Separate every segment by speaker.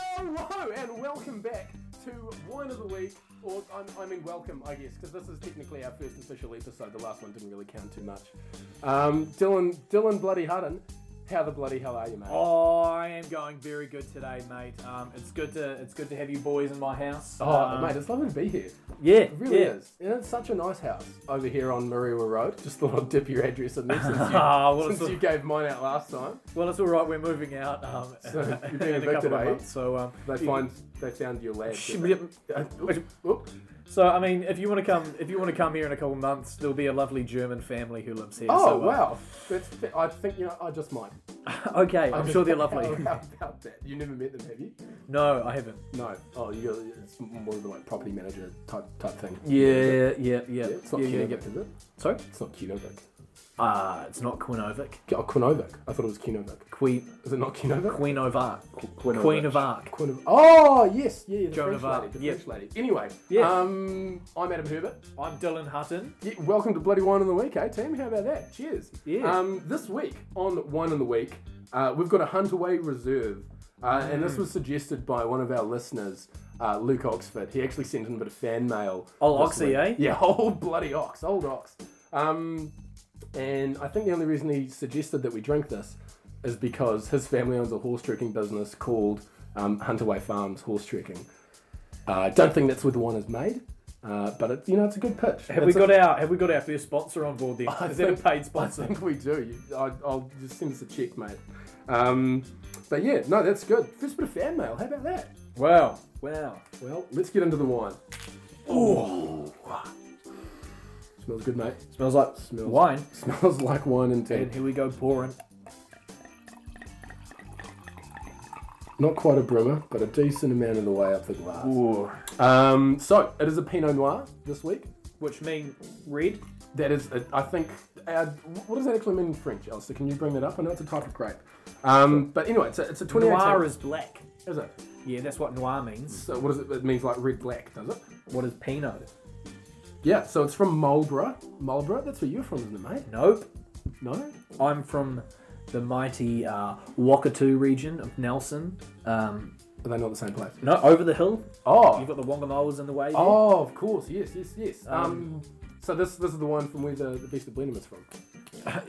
Speaker 1: Hello and welcome back to Wine of the Week, or I'm, I mean, welcome, I guess, because this is technically our first official episode. The last one didn't really count too much. Um, Dylan, Dylan Bloody Hutton, how the bloody hell are you, mate?
Speaker 2: Oh, I am going very good today, mate. Um, it's good to it's good to have you boys in my house.
Speaker 1: Oh,
Speaker 2: Um,
Speaker 1: mate, it's lovely to be here.
Speaker 2: yeah,
Speaker 1: It really
Speaker 2: yeah.
Speaker 1: is. And it's such a nice house over here on Marewa Road. Just thought I'd dip your address in there since you,
Speaker 2: Ah, well,
Speaker 1: since
Speaker 2: it's-
Speaker 1: you gave mine out last time.
Speaker 2: Well, it's all right. We're moving out. Um,
Speaker 1: So, you've been
Speaker 2: in a
Speaker 1: evicted,
Speaker 2: couple of
Speaker 1: eh?
Speaker 2: months. So, um,
Speaker 1: They find they found your lab.
Speaker 2: Sh-
Speaker 1: didn't they? Uh, oop, oop.
Speaker 2: so I mean, if you want to come, if you want to come here in a couple of months, there'll be a lovely German family who lives here.
Speaker 1: Oh
Speaker 2: so, uh,
Speaker 1: wow, that's. I think you know. I just might.
Speaker 2: okay, I'm sure they're lovely.
Speaker 1: How about that? You never met them, have you?
Speaker 2: No, I haven't.
Speaker 1: No. Oh, you. It's more of a like property manager type type thing.
Speaker 2: Yeah, yeah, yeah.
Speaker 1: Yeah, it's not
Speaker 2: yeah,
Speaker 1: Kunovic,
Speaker 2: yeah.
Speaker 1: is it?
Speaker 2: Sorry,
Speaker 1: It's not Kunovic.
Speaker 2: uh, it's not Quinovic.
Speaker 1: Oh, Kunovic. I thought it was Kunovic.
Speaker 2: Queen
Speaker 1: Is it not Kunovic?
Speaker 2: Queen of Arc.
Speaker 3: Queen of
Speaker 2: Queen
Speaker 3: Arc.
Speaker 2: of Arc.
Speaker 1: Quinovic. Oh yes, yeah, yeah the
Speaker 2: Joan
Speaker 1: French
Speaker 2: of Arc,
Speaker 1: lady, the
Speaker 2: yeah.
Speaker 1: French lady. Anyway,
Speaker 2: Yeah.
Speaker 1: um, I'm Adam Herbert.
Speaker 2: I'm Dylan Hutton.
Speaker 1: Yeah, welcome to Bloody Wine of the Week, eh, team? How about that? Cheers.
Speaker 2: Yeah.
Speaker 1: Um, this week on Wine of the Week, uh, we've got a Hunterway Reserve, uh, and
Speaker 2: Mm.
Speaker 1: this was suggested by one of our listeners, uh, Luke Oxford. He actually sent in a bit of fan mail.
Speaker 2: Old
Speaker 1: this
Speaker 2: Oxy,
Speaker 1: week.
Speaker 2: eh?
Speaker 1: Yeah, old bloody Ox, old Ox. Um, and I think the only reason he suggested that we drink this is because his family owns a horse trekking business called um, Hunterway Farms Horse Trekking. Uh, don't think that's where the wine is made, uh, but it, you know it's a good pitch.
Speaker 2: Have we got our Have we got our first sponsor on board? Then
Speaker 1: I
Speaker 2: is that a
Speaker 1: think-
Speaker 2: paid
Speaker 1: I
Speaker 2: sponsor?
Speaker 1: think we do. You, I, I'll just send us a check, mate. Um, but yeah, no, that's good. First bit of fan mail. How about that?
Speaker 2: Wow, wow.
Speaker 1: Well, let's get into the wine. Oh, smells good, mate.
Speaker 2: Smells like
Speaker 1: Smells
Speaker 2: wine.
Speaker 1: Smells like wine and tea.
Speaker 2: And here we go pouring.
Speaker 1: Not quite a brimmer, but a decent amount of the way up the glass. Um, so it is a Pinot Noir this week.
Speaker 2: Which mean red?
Speaker 1: That is, a, I think, uh, what does that actually mean in French, Alistair? Can you bring that up? I know it's a type of grape. Um, but anyway, it's a, it's a 2018.
Speaker 2: Noir is black.
Speaker 1: is it?
Speaker 2: Yeah, that's what noir means.
Speaker 1: So what does it? It means like red black, does it?
Speaker 2: What is Pinot?
Speaker 1: Yeah, so it's from Marlborough. Marlborough, that's where you're from, isn't it, mate?
Speaker 2: Nope.
Speaker 1: No?
Speaker 2: I'm from the mighty uh, Wakatu region of Nelson. Um,
Speaker 1: Are they not the same place?
Speaker 2: no, over the hill. You've
Speaker 1: Oh,
Speaker 2: got the Wongamoas in the way. there.
Speaker 1: oh, of course, yes, yes, yes. Um, so this this is the one from where the, the Beast of Blenheim is from.
Speaker 2: Uh,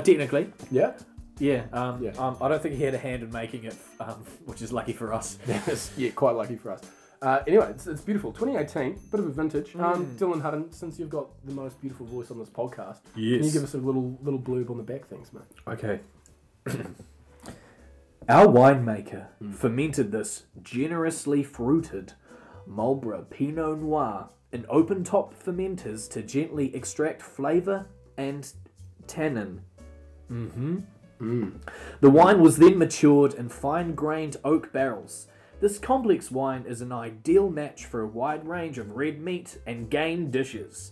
Speaker 2: technically,
Speaker 1: Yeah?
Speaker 2: yeah. Um,
Speaker 1: Yeah.
Speaker 2: Um, I don't think he had a hand in making it, um, which is lucky for us.
Speaker 1: Yes, yeah, quite lucky for us. Uh, anyway, it's, it's beautiful. 2018, bit of a vintage. Um, Dylan Hutton, since you've got the most beautiful voice on this podcast, can you
Speaker 2: Yes.
Speaker 1: give us a little little blurb on the back things, mate?
Speaker 2: Okay. Our winemaker fermented this generously fruited Marlborough Pinot Noir in open top fermenters to gently extract flavour and tannin. Mm-hmm. The wine was then matured in fine grained oak barrels. This complex wine is an ideal match for a wide range of red meat and game dishes.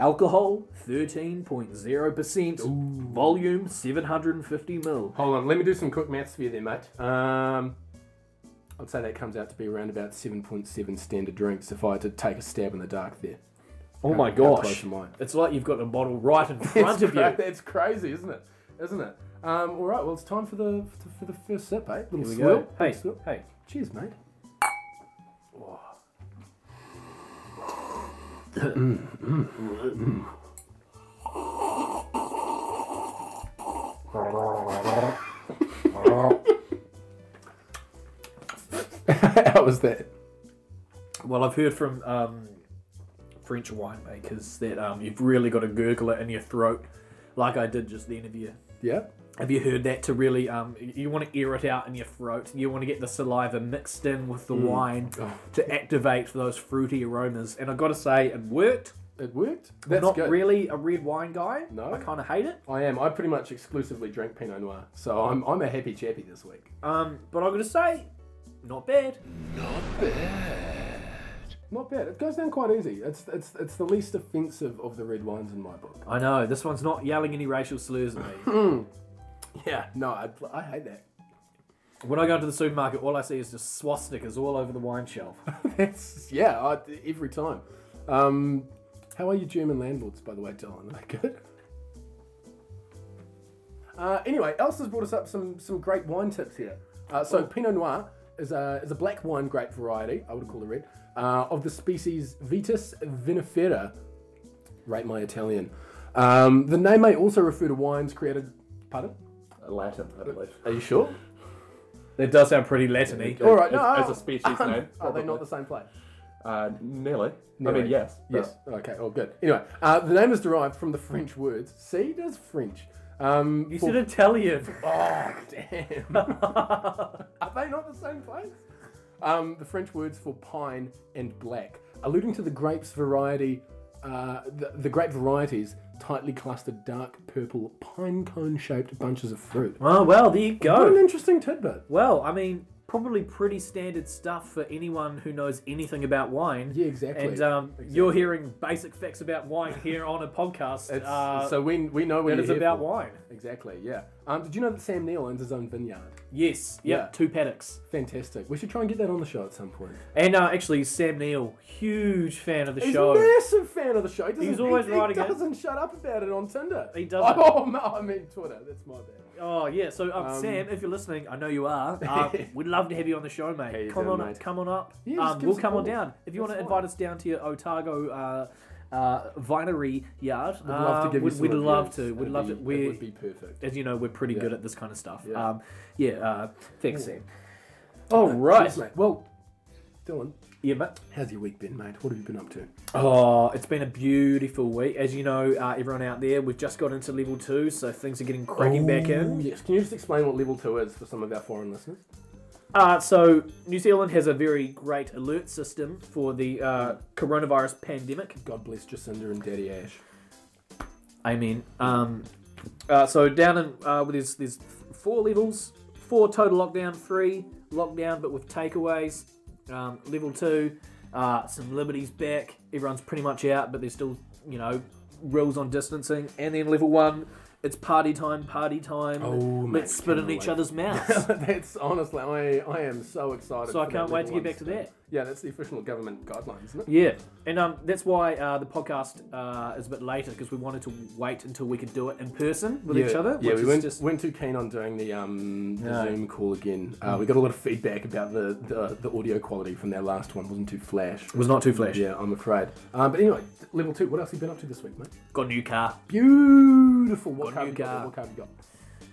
Speaker 2: Alcohol 13.0%, volume 750 mil.
Speaker 1: Hold on, let me do some quick maths for you there, mate. Um, I'd say that comes out to be around about 7.7 standard drinks if I had to take a stab in the dark there.
Speaker 2: Oh
Speaker 1: How-
Speaker 2: my
Speaker 1: how
Speaker 2: gosh.
Speaker 1: close am I?
Speaker 2: It's like you've got a bottle right in front
Speaker 1: It's
Speaker 2: of
Speaker 1: cra-
Speaker 2: you.
Speaker 1: That's crazy, isn't it? Isn't it? Um, all right, well, it's time for the for the first sip, eh? Little
Speaker 2: Here we
Speaker 1: swirl.
Speaker 2: go. Hey,
Speaker 1: little swirl.
Speaker 2: hey.
Speaker 1: Cheers, mate. How was that?
Speaker 2: Well, I've heard from um, French winemakers that um, you've really got to gurgle it in your throat, like I did just then. Have you,
Speaker 1: Yeah.
Speaker 2: have you heard that to really, um, you want to air it out in your throat. You want to get the saliva mixed in with the wine to activate those fruity aromas. And I've got to say, it worked.
Speaker 1: It worked. That's
Speaker 2: Not
Speaker 1: good.
Speaker 2: really a red wine guy.
Speaker 1: No.
Speaker 2: I kind of hate it.
Speaker 1: I am. I pretty much exclusively drink Pinot Noir, so I'm, I'm a happy chappy this week.
Speaker 2: Um, but I'm going to say, not bad.
Speaker 1: Not bad. It goes down quite easy. It's it's it's the least offensive of the red wines in my book.
Speaker 2: I know this one's not yelling any racial slurs at me.
Speaker 1: Yeah. No, I, I hate that.
Speaker 2: when I go into the supermarket, all I see is just swastikas all over the wine shelf.
Speaker 1: That's yeah. I, every time. Um, how are your German landlords, by the way, Dylan? Are they good? Uh, anyway, Elsa's brought us up some some great wine tips here. Uh, so Pinot Noir is a, is a black wine grape variety, I would call it red, uh, of the species Vitis vinifera. Rate my Italian. Um, the name may also refer to wines created. Pardon?
Speaker 3: Latin, I believe.
Speaker 1: Are you sure?
Speaker 2: That does sound pretty Latin-y. Oh,
Speaker 1: All right,
Speaker 3: As,
Speaker 1: no,
Speaker 3: as
Speaker 1: I-
Speaker 3: a species name.
Speaker 1: Are they
Speaker 3: probably.
Speaker 1: not the same place?
Speaker 3: Uh, nearly. I
Speaker 1: Nearly.
Speaker 3: mean, yes. but-
Speaker 1: Yes. Okay. Oh, good. Anyway, uh, the name is derived from the French words. See, does French. Um,
Speaker 2: You
Speaker 1: for-
Speaker 2: said Italian.
Speaker 1: Oh, damn. Are they not the same place? Um, the French words for pine and black, alluding to the grapes variety, uh, the, the grape varieties tightly clustered dark purple pine cone shaped bunches of fruit.
Speaker 2: Oh well, there you
Speaker 1: What an
Speaker 2: go.
Speaker 1: interesting tidbit.
Speaker 2: Well, I mean, probably pretty standard stuff for anyone who knows anything about wine.
Speaker 1: Yeah, exactly.
Speaker 2: And um, you're hearing basic facts about wine here on a podcast.
Speaker 1: It's-
Speaker 2: uh,
Speaker 1: so we, we know what
Speaker 2: that
Speaker 1: it's
Speaker 2: is about wine.
Speaker 1: Exactly, yeah. Um, did you know that Sam Neill owns his own vineyard?
Speaker 2: Yes.
Speaker 1: Yeah.
Speaker 2: yeah. Two paddocks.
Speaker 1: Fantastic. We should try and get that on the show at some point.
Speaker 2: And uh, actually, Sam Neill, huge fan of the
Speaker 1: He's
Speaker 2: show.
Speaker 1: a massive fan of the show. He doesn't,
Speaker 2: He's always
Speaker 1: he,
Speaker 2: writing
Speaker 1: He
Speaker 2: it.
Speaker 1: doesn't shut up about it on Tinder.
Speaker 2: He doesn't.
Speaker 1: Oh, no, I mean Twitter. That's my bad.
Speaker 2: Oh yeah, so um,
Speaker 1: Um,
Speaker 2: Sam, if you're listening, I know you are. Uh, we'd love to have you on the show, mate.
Speaker 1: How you
Speaker 2: come
Speaker 1: doing,
Speaker 2: on,
Speaker 1: mate?
Speaker 2: come on up.
Speaker 1: Yeah, just
Speaker 2: um,
Speaker 1: give
Speaker 2: we'll
Speaker 1: us a
Speaker 2: come on
Speaker 1: call.
Speaker 2: down. If you want to
Speaker 1: That's
Speaker 2: invite
Speaker 1: fine.
Speaker 2: us down to your Otago uh, uh, vinery yard, uh,
Speaker 1: We'd love to give
Speaker 2: we'd,
Speaker 1: you some
Speaker 2: We'd love
Speaker 1: reviews.
Speaker 2: to. We'd
Speaker 1: It'd
Speaker 2: love
Speaker 1: be-
Speaker 2: to.
Speaker 1: It
Speaker 2: We're,
Speaker 1: would be perfect.
Speaker 2: as you know, we're pretty
Speaker 1: Yeah.
Speaker 2: good at this kind of stuff.
Speaker 1: Yeah.
Speaker 2: Yeah, um, yeah uh, thanks, Sam. All right.
Speaker 1: Yes, mate. Well, Dylan,
Speaker 2: Yeah, mate.
Speaker 1: how's your week been, mate? What have you been up to?
Speaker 2: Oh, it's been a beautiful week. As you know, uh, everyone out there, we've just got into level two, so things are getting cracking
Speaker 1: Oh,
Speaker 2: back in.
Speaker 1: Yes. Can you just explain what level two is for some of our foreign listeners?
Speaker 2: Uh, so New Zealand has a very great alert system for the uh, coronavirus pandemic.
Speaker 1: God bless Jacinda and Daddy Ash.
Speaker 2: I mean, um, uh, so down in uh, well, there's there's four levels, four total lockdown, three lockdown but with takeaways. Um, level two, uh, some liberties back. Everyone's pretty much out, but there's still you know rules on distancing. And then level one, it's party time, party time.
Speaker 1: Oh, mate,
Speaker 2: Let's spit in
Speaker 1: cannot
Speaker 2: each
Speaker 1: wait.
Speaker 2: other's mouths.
Speaker 1: that's honestly, I, I am so excited.
Speaker 2: so I
Speaker 1: for
Speaker 2: can't
Speaker 1: that
Speaker 2: wait
Speaker 1: level
Speaker 2: to get
Speaker 1: one
Speaker 2: back to
Speaker 1: stuff.
Speaker 2: that.
Speaker 1: Yeah, that's the official government guidelines, isn't it?
Speaker 2: Yeah, and um, that's why uh, the podcast uh, is a bit later because we wanted to wait until we could do it in person with
Speaker 1: yeah,
Speaker 2: each other.
Speaker 1: Yeah,
Speaker 2: which
Speaker 1: we
Speaker 2: is
Speaker 1: weren't,
Speaker 2: just
Speaker 1: weren't too keen on doing the, um, the
Speaker 2: No. Mm.
Speaker 1: Zoom call again. Uh, we got a lot of feedback about the, the, the audio quality from their last one. wasn't too flash.
Speaker 2: was not too flashy.
Speaker 1: Yeah, I'm afraid. Um, but anyway, level two. What else have you been up to this week, mate?
Speaker 2: Got a new car.
Speaker 1: Beautiful. What
Speaker 2: Got
Speaker 1: car have
Speaker 2: a
Speaker 1: you
Speaker 2: new
Speaker 1: got?
Speaker 2: car.
Speaker 1: What car have you got?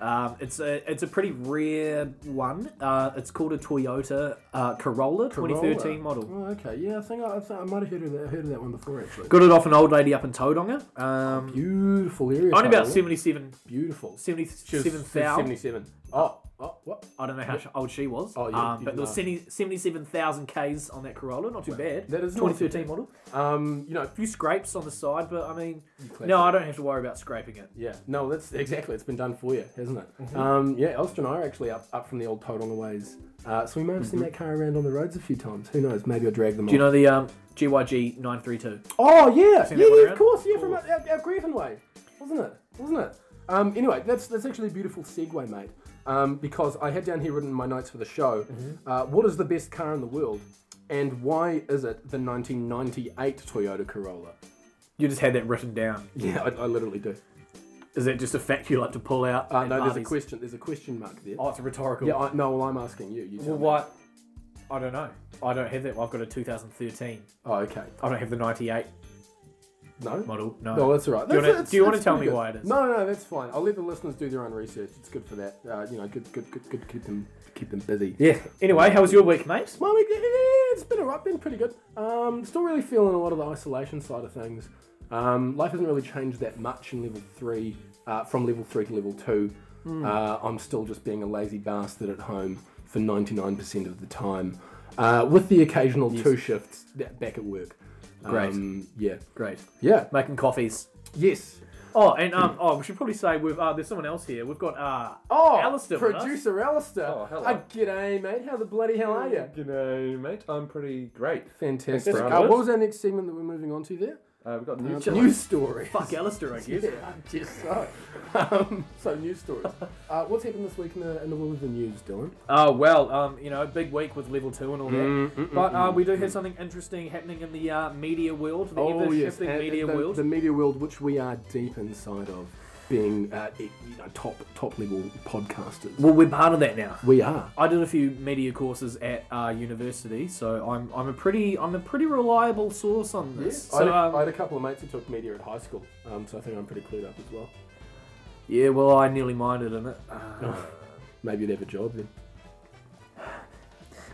Speaker 2: Um, it's a it's a pretty rare one. Uh, it's called a Toyota uh, Corolla, 2013 model.
Speaker 1: Oh, okay. Yeah, I think I, I, think I might have heard of that. Heard of that one before actually.
Speaker 2: Got it off an old lady up in Tauranga. Um,
Speaker 1: Beautiful area.
Speaker 2: only about
Speaker 1: Tyrone.
Speaker 2: 77,
Speaker 1: Beautiful. She was
Speaker 2: 77,000.
Speaker 1: 77. Oh, oh, what?
Speaker 2: I don't know how old she was.
Speaker 1: Oh, yeah,
Speaker 2: um,
Speaker 1: you
Speaker 2: but there was
Speaker 1: know.
Speaker 2: 70 77,000 Ks on that Corolla. Not too bad.
Speaker 1: that is not too
Speaker 2: 2013 model.
Speaker 1: Um, you know.
Speaker 2: A few scrapes on the side, but I mean,
Speaker 1: classic.
Speaker 2: no, I don't have to worry about scraping it.
Speaker 1: Yeah. No, that's exactly. It's been done for you, hasn't it?
Speaker 2: Mm-hmm.
Speaker 1: Um, yeah. Elster and I are actually up, up from the old Tauranga ways, uh, so we may have seen that car around on the roads a few times. Who knows? Maybe I drag them.
Speaker 2: Mm-hmm. Do you
Speaker 1: on.
Speaker 2: know the um, GYG 932?
Speaker 1: Oh yeah,
Speaker 2: Seen
Speaker 1: yeah,
Speaker 2: that one
Speaker 1: yeah of
Speaker 2: around?
Speaker 1: course, yeah, from our, our, our Griffin way, wasn't it? Wasn't it? Um, anyway, that's that's actually a beautiful segue, mate. Um, because I had down here written in my notes for the show,
Speaker 2: Mm-hmm.
Speaker 1: uh, what is the best car in the world, and why is it the 1998 Toyota Corolla?
Speaker 2: You just had that written down.
Speaker 1: Yeah, I, I literally do.
Speaker 2: Is that just a fact you like to pull out?
Speaker 1: Uh,
Speaker 2: at
Speaker 1: no, there's a
Speaker 2: parties?
Speaker 1: question. There's a question mark there.
Speaker 2: Oh, it's a rhetorical.
Speaker 1: Yeah, I, no, well, I'm asking you. you
Speaker 2: well,
Speaker 1: tell me.
Speaker 2: what? I don't know. I don't have that. I've got a 2013.
Speaker 1: Oh, okay.
Speaker 2: I don't have the 98
Speaker 1: No.
Speaker 2: model. No.
Speaker 1: No, that's all right.
Speaker 2: Do you
Speaker 1: That's-
Speaker 2: wanna-
Speaker 1: that's-
Speaker 2: do you wanna
Speaker 1: that's
Speaker 2: tell
Speaker 1: pretty
Speaker 2: me
Speaker 1: good.
Speaker 2: why it is?
Speaker 1: No, no, no, that's fine. I'll let the listeners do their own research. It's good for that. Uh, you know, good, good, good, good. Keep them, keep them busy.
Speaker 2: yeah. Anyway, how was your week, mate?
Speaker 1: Well, we- yeah, yeah, it's been alright, been pretty good. Um, still really feeling a lot of the isolation side of things. Um, life hasn't really changed that much in level three, uh, from level three to level two. Uh, I'm still just being a lazy bastard at home for 99% of the time, uh, with the occasional two shifts da- back at work.
Speaker 2: Great.
Speaker 1: Um, yeah.
Speaker 2: Great.
Speaker 1: Yeah.
Speaker 2: Making coffees.
Speaker 1: Yes.
Speaker 2: Oh, and um, oh, we should probably say we've uh, there's someone else here. We've got uh,
Speaker 1: Oh,
Speaker 2: Alistair with us.
Speaker 1: producer Alistair.
Speaker 3: Oh, hello.
Speaker 1: Uh, g'day, mate. How the bloody hell are you?
Speaker 3: G'day, mate. I'm pretty great.
Speaker 1: Fantastic.
Speaker 3: for
Speaker 1: Uh,
Speaker 3: having
Speaker 1: what
Speaker 3: us.
Speaker 1: was our next segment that we're moving on to there?
Speaker 3: Uh, we've got new
Speaker 1: Uh, news story.
Speaker 2: fuck Alistair, I guess.
Speaker 1: Yeah, I guess so. um, so news stories. Uh, what's happened this week in the, in the world of the news, Dylan?
Speaker 2: Oh well, um, you know, big week with level two and all that. but uh, we do have something interesting happening in the uh, media world, the ever-shifting
Speaker 1: Oh, and- and
Speaker 2: media
Speaker 1: the,
Speaker 2: world.
Speaker 1: the media world which we are deep inside of. being uh, e- you know, top top level podcasters.
Speaker 2: Well, we're part of that now.
Speaker 1: we are.
Speaker 2: I did a few media courses at uh, university, so I'm, I'm a pretty I'm a pretty reliable source on this.
Speaker 1: I, had
Speaker 2: So,
Speaker 1: a-
Speaker 2: um,
Speaker 1: I had a couple of mates who took media at high school, um, so I think I'm pretty clued up as well.
Speaker 2: yeah, well, I nearly minded in it. Uh,
Speaker 1: Maybe you'd have a job then.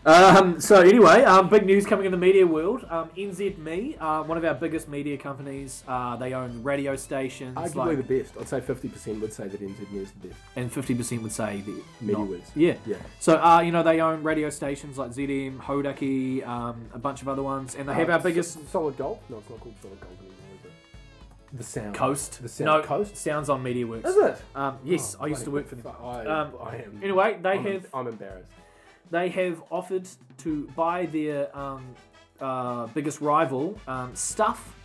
Speaker 2: Um, so anyway, um, big news coming in the media world. Um, NZME, uh, one of our biggest media companies, uh, they own radio stations,
Speaker 1: Arguably
Speaker 2: like-
Speaker 1: the best. I'd say 50% would say that NZ News is the best.
Speaker 2: and fifty percent would say the
Speaker 1: Media
Speaker 2: not-
Speaker 1: words.
Speaker 2: Yeah.
Speaker 1: Yeah.
Speaker 2: So uh, you know they own radio stations like ZDM, Hodaki, um, a bunch of other ones, and they have
Speaker 1: Uh,
Speaker 2: our biggest
Speaker 1: S- solid gold? No, it's not called solid gold anymore, is it? The sound.
Speaker 2: coast.
Speaker 1: The sound
Speaker 2: no,
Speaker 1: coast?
Speaker 2: sounds on MediaWorks.
Speaker 1: Is it?
Speaker 2: Um, yes,
Speaker 1: Oh,
Speaker 2: I used to
Speaker 1: bloody
Speaker 2: work for them.
Speaker 1: fuck, I,
Speaker 2: Um,
Speaker 1: I am.
Speaker 2: Anyway, they
Speaker 1: I'm,
Speaker 2: have
Speaker 1: I'm embarrassed.
Speaker 2: they have offered to buy their um, uh, biggest rival, um, Stuff.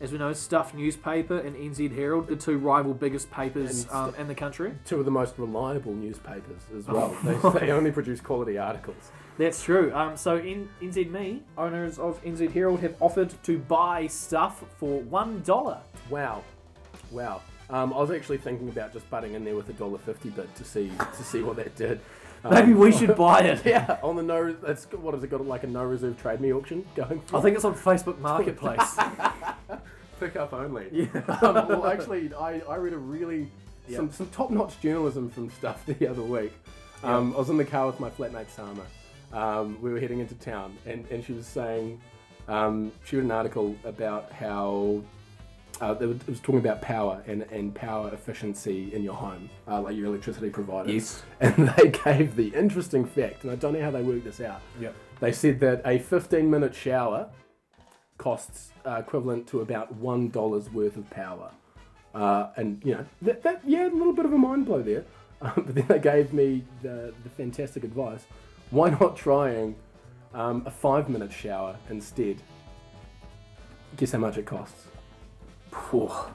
Speaker 2: As we know, Stuff newspaper and NZ Herald, the two rival biggest papers
Speaker 1: And
Speaker 2: um, in the country.
Speaker 1: Two of the most reliable newspapers as
Speaker 2: Oh
Speaker 1: well. they, they only produce quality articles.
Speaker 2: That's true. Um, so in NZME, owners of NZ Herald have offered to buy Stuff for one dollar.
Speaker 1: Wow, wow. Um, I was actually thinking about just butting in there with a dollar fifty bid to see to see what that did. Um,
Speaker 2: Maybe we should buy it.
Speaker 1: Yeah, on the no, that's what has it got? Like a no reserve trade me auction going. For
Speaker 2: I think it's on Facebook Marketplace.
Speaker 1: pick up only. Yeah. Um, well, actually, I, I read a really some, some top notch journalism from stuff the other week. Um, I was in the car with my flatmate Sama. Um, we were heading into town, and, and she was saying um, she read an article about how uh, they were, it was talking about power and, and power efficiency in your home, uh, like your electricity provider.
Speaker 2: Yes.
Speaker 1: And they gave the interesting fact, and I don't know how they worked this out.
Speaker 2: Yep.
Speaker 1: They said that a 15 minute shower costs uh, equivalent to about one dollar's worth of power. Uh, and you know that, that yeah, a little bit of a mind blow there. Um, but then they gave me the, the fantastic advice: why not trying um, a five minute shower instead? Guess how much it costs?
Speaker 2: Poor.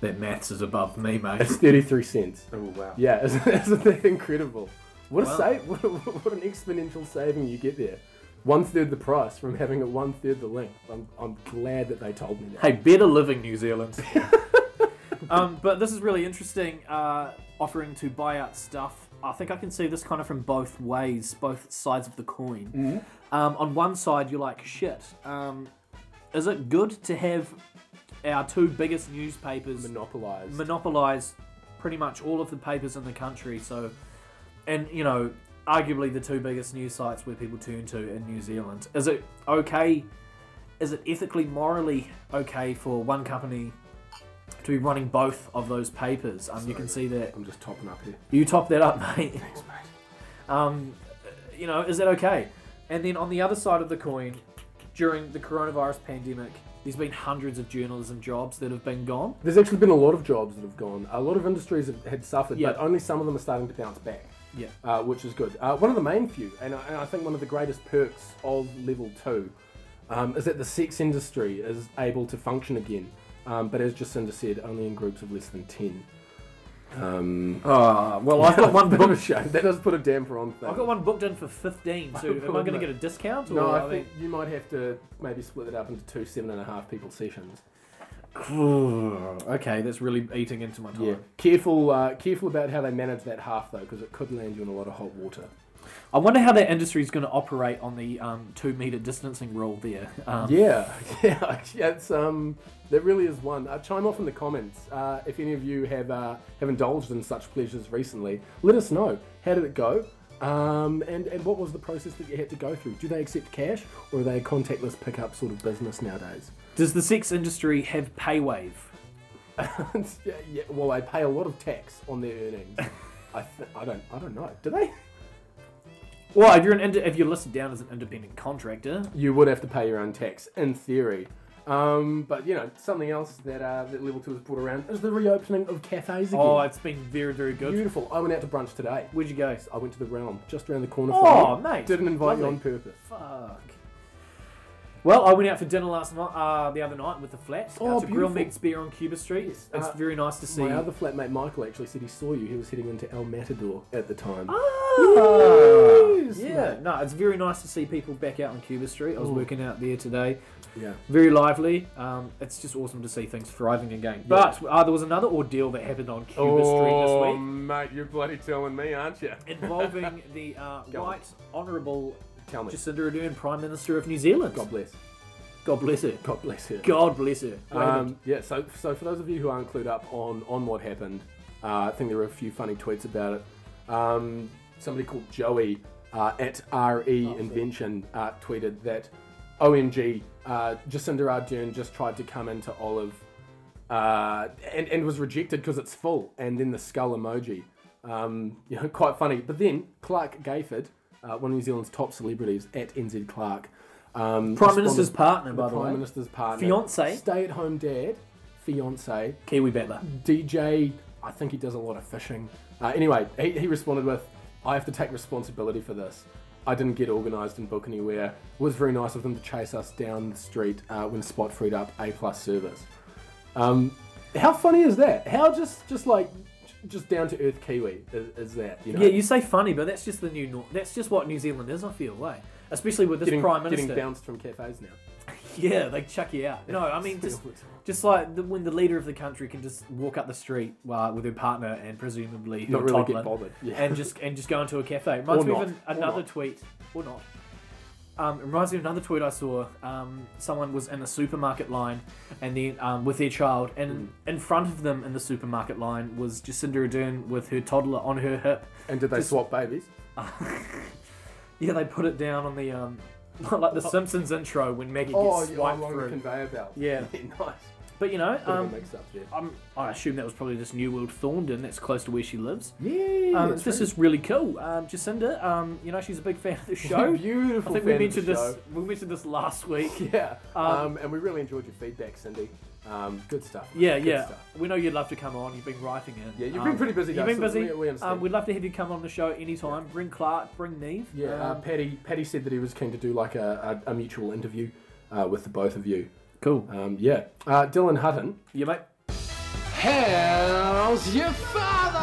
Speaker 2: That maths is above me, mate.
Speaker 1: It's thirty three cents.
Speaker 3: Oh wow.
Speaker 1: Yeah, isn't, isn't that incredible? What a
Speaker 2: Wow.
Speaker 1: save! What, a, what an exponential saving you get there. One third the price from having it one third the length. I'm, I'm glad that they told me that.
Speaker 2: Hey, better living, New Zealand. um, but this is really interesting. Uh, offering to buy out stuff. I think I can see this kind of from both ways, both sides of the coin. Um, on one side, you're like, shit. Um, is it good to have our two biggest newspapers
Speaker 1: Monopolized.
Speaker 2: monopolize pretty much all of the papers in the country. So, and you know, arguably the two biggest news sites where people turn to in New Zealand. Is it okay? Is it ethically, morally okay for one company to be running both of those papers? Um, you can see that
Speaker 1: I'm just topping up here.
Speaker 2: you top that up, mate. Um, you know, is that okay? And then on the other side of the coin, during the coronavirus pandemic, there's been hundreds of journalism jobs that have been gone.
Speaker 1: There's actually been a lot of jobs that have gone. A lot of industries have, had suffered,
Speaker 2: Yeah.
Speaker 1: but only some of them are starting to bounce back,
Speaker 2: Yeah.
Speaker 1: uh, which is good. Uh, one of the main few, and I, and I think one of the greatest perks of level two, um, is that the sex industry is able to function again, um, but as Jacinda said, only in groups of less than 10. Um,
Speaker 2: Uh, well, I've got one
Speaker 1: bit of a
Speaker 2: book
Speaker 1: shame. That does put a damper on things.
Speaker 2: I've got one booked in for 15, so am I going to get a discount? Or,
Speaker 1: No, I
Speaker 2: mean-
Speaker 1: think you might have to maybe split it up into two seven and a half people sessions.
Speaker 2: okay, that's really eating into my time.
Speaker 1: Yeah, careful, uh, careful about how they manage that half though, because it could land you in a lot of hot water.
Speaker 2: I wonder how that industry is going to operate on the um, two meter distancing rule there. Um,
Speaker 1: Yeah, yeah, yeah, it's um, there really is one. Uh, chime off in the comments uh, if any of you have uh, have indulged in such pleasures recently. Let us know how did it go, um, and and what was the process that you had to go through? Do they accept cash, or are they a contactless pickup sort of business nowadays?
Speaker 2: Does the sex industry have pay wave?
Speaker 1: yeah, yeah, well, they pay a lot of tax on their earnings. I, th- I don't I don't know. Do they?
Speaker 2: Well, if you're an ind- if you're listed down as an independent contractor,
Speaker 1: you would have to pay your own tax in theory. Um, but you know, something else that uh, that level two has brought around is the reopening of cafes again.
Speaker 2: oh, it's been very very good.
Speaker 1: beautiful! I went out to brunch today.
Speaker 2: Where'd you go?
Speaker 1: I went to the Realm, just around the corner.
Speaker 2: Oh,
Speaker 1: from me.
Speaker 2: mate,
Speaker 1: Didn't invite you
Speaker 2: lovely.
Speaker 1: on purpose.
Speaker 2: Fuck. Well, I went out for dinner last night, uh, the other night with the flat.
Speaker 1: Oh,
Speaker 2: out to Grill
Speaker 1: beautiful.
Speaker 2: Meats Beer on Cuba Street.
Speaker 1: Yes,
Speaker 2: it's
Speaker 1: uh,
Speaker 2: very nice to see.
Speaker 1: My other flatmate Michael actually said he saw you. He was heading into El Matador at the time.
Speaker 2: Oh. Ah,
Speaker 1: Yes,
Speaker 2: yeah,
Speaker 1: mate.
Speaker 2: no, it's very nice to see people back out on Cuba Street. I was working out there today.
Speaker 1: Yeah.
Speaker 2: Very lively. Um, it's just awesome to see things thriving again. But uh, there was another ordeal that happened on Cuba Street this
Speaker 1: Oh,
Speaker 2: week.
Speaker 1: mate, you're bloody telling me, aren't you?
Speaker 2: involving the uh,
Speaker 1: Go on.
Speaker 2: Right Honourable
Speaker 1: Tell me.
Speaker 2: Jacinda Ardern, Prime Minister of New Zealand.
Speaker 1: God bless.
Speaker 2: God bless her.
Speaker 1: God bless her.
Speaker 2: God bless her. Wait a minute.
Speaker 1: Um, yeah, so so for those of you who aren't clued up on on what happened, uh, I think there were a few funny tweets about it. Um, somebody called Joey uh, at
Speaker 2: Oh,
Speaker 1: RE Invention uh, tweeted that OMG, uh, Jacinda Ardern just tried to come into Olive uh, and, and was rejected because it's full, and then the skull emoji. Um, you know, quite funny. But then Clark Gayford, uh, one of New Zealand's top celebrities, at NZ Clark. Um,
Speaker 2: Prime
Speaker 1: responded-
Speaker 2: Minister's partner, by the,
Speaker 1: Prime
Speaker 2: way.
Speaker 1: Minister's partner.
Speaker 2: Fiance.
Speaker 1: Stay at home dad. Fiance.
Speaker 2: Kiwi battler.
Speaker 1: DJ. I think he does a lot of fishing. Uh, anyway, he, he responded with I have to take responsibility for this. I didn't get organised and book anywhere. It was very nice of them to chase us down the street uh, when Spot freed up A plus service. Um, how funny is that? How just just like j- just down to earth Kiwi is, is that? You know,
Speaker 2: Yeah, you say funny, but that's just the new norm. That's just what New Zealand is, I feel, way. Especially with this
Speaker 1: getting,
Speaker 2: Prime
Speaker 1: getting
Speaker 2: Minister.
Speaker 1: bounced from cafes now.
Speaker 2: Yeah, they chuck you out. No, I mean, just just like the, when the leader of the country can just walk up the street uh, with her partner and presumably her
Speaker 1: not really
Speaker 2: toddler.
Speaker 1: get bothered. Yeah.
Speaker 2: and just and just go into a cafe. It reminds
Speaker 1: Or
Speaker 2: me
Speaker 1: not.
Speaker 2: of an,
Speaker 1: Or
Speaker 2: another
Speaker 1: not.
Speaker 2: tweet, or not. Um, it reminds me of another tweet I saw. Um, someone was in a supermarket line, and then um, with their child, and
Speaker 1: Hmm.
Speaker 2: in front of them in the supermarket line was Jacinda Ardern with her toddler on her hip.
Speaker 1: and did they
Speaker 2: just-
Speaker 1: swap babies?
Speaker 2: Yeah, they put it down on the um, like the Simpsons intro when Maggie gets
Speaker 1: Oh, yeah,
Speaker 2: swiped
Speaker 1: along the
Speaker 2: through.
Speaker 1: conveyor belt.
Speaker 2: Yeah.
Speaker 1: nice.
Speaker 2: But you know, um,
Speaker 1: mix up there.
Speaker 2: I'm, I assume that was probably just New World Thorndon. That's close to where she lives.
Speaker 1: Yeah,
Speaker 2: Um, this is really cool. Um, Jacinda, um, you know, she's a big fan of the show.
Speaker 1: beautiful.
Speaker 2: I think
Speaker 1: fan
Speaker 2: we
Speaker 1: of the
Speaker 2: mentioned this.
Speaker 1: show.
Speaker 2: We mentioned this last week.
Speaker 1: Yeah,
Speaker 2: Um,
Speaker 1: um, and we really enjoyed your feedback, Cindy. Um, good stuff.
Speaker 2: Yeah,
Speaker 1: Good
Speaker 2: yeah.
Speaker 1: Stuff.
Speaker 2: We know you'd love to come on. You've been writing it.
Speaker 1: Yeah, you've been pretty busy,
Speaker 2: You've been
Speaker 1: Dustin.
Speaker 2: busy.
Speaker 1: We- we understand.
Speaker 2: um, we'd love to have you come on the show anytime. Bring Clark. Bring Neve.
Speaker 1: Yeah, uh,
Speaker 2: Um,
Speaker 1: Patty. Patty said that he was keen to do like a, a, a mutual interview uh, with the both of you.
Speaker 2: cool.
Speaker 1: Um, yeah, uh, Dylan Hutton.
Speaker 2: Yeah, mate.
Speaker 1: How's your father?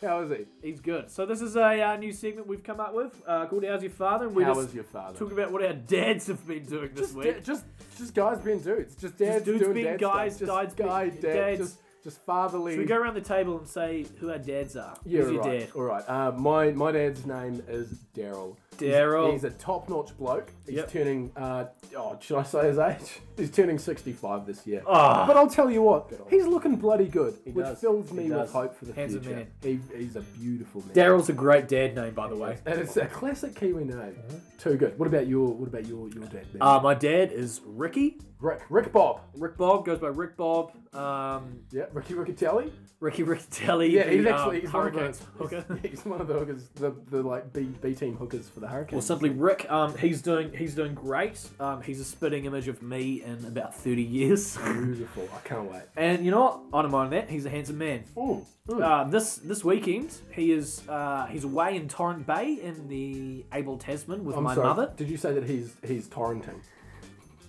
Speaker 1: How is he?
Speaker 2: He's good. So this is a uh, new segment we've come up with uh, called "How's Your Father?" and we
Speaker 1: How
Speaker 2: just
Speaker 1: is your father?
Speaker 2: talk about what our dads have been doing this
Speaker 1: just,
Speaker 2: week.
Speaker 1: da- just, just guys being dudes. Just dads
Speaker 2: dudes
Speaker 1: doing
Speaker 2: being
Speaker 1: dad
Speaker 2: guys,
Speaker 1: stuff.
Speaker 2: guys
Speaker 1: Just guy,
Speaker 2: being
Speaker 1: dad,
Speaker 2: dads.
Speaker 1: Just, just fatherly.
Speaker 2: Should we go around the table and say who our dads are?
Speaker 1: yeah,
Speaker 2: Who's your
Speaker 1: right.
Speaker 2: dad?
Speaker 1: All right. Uh, my my dad's name is Daryl. He's-
Speaker 2: Daryl.
Speaker 1: He's, a top-notch bloke. He's
Speaker 2: Yep.
Speaker 1: turning. Uh, oh, should I say his age? He's turning 65 this year.
Speaker 2: Ah.
Speaker 1: But I'll tell you what, he's looking bloody good, which
Speaker 2: does.
Speaker 1: fills
Speaker 2: He
Speaker 1: me
Speaker 2: does.
Speaker 1: with hope for the
Speaker 2: Handsome
Speaker 1: future.
Speaker 2: man.
Speaker 1: He, he's a beautiful man.
Speaker 2: Daryl's a great dad name, by the way.
Speaker 1: And it's a classic Kiwi name.
Speaker 2: Mm-hmm.
Speaker 1: Too good. What about your What about your your dad? man?
Speaker 2: Uh, my dad is Ricky.
Speaker 1: Rick Rick Bob.
Speaker 2: Rick Bob goes by Rick Bob. Um,
Speaker 1: Yeah, Ricky Riccatelli.
Speaker 2: Ricky Riccatelli.
Speaker 1: Yeah,
Speaker 2: the,
Speaker 1: he's
Speaker 2: um,
Speaker 1: actually he's one of
Speaker 2: Hurricanes
Speaker 1: the
Speaker 2: hooker.
Speaker 1: He's, he's one of the hookers, the, the like B, B team hookers for the
Speaker 2: Well,
Speaker 1: Hurricanes.
Speaker 2: simply Rick. Um, he's doing he's doing great. Um, he's a spitting image of me in about thirty years.
Speaker 1: beautiful. I can't wait.
Speaker 2: and you know what? I don't mind that. He's a handsome man.
Speaker 1: Mm, mm.
Speaker 2: Uh, this this weekend he is uh, he's away in Torrent Bay in the Abel Tasman with
Speaker 1: I'm
Speaker 2: my
Speaker 1: sorry.
Speaker 2: mother.
Speaker 1: Did you say that he's he's torrenting,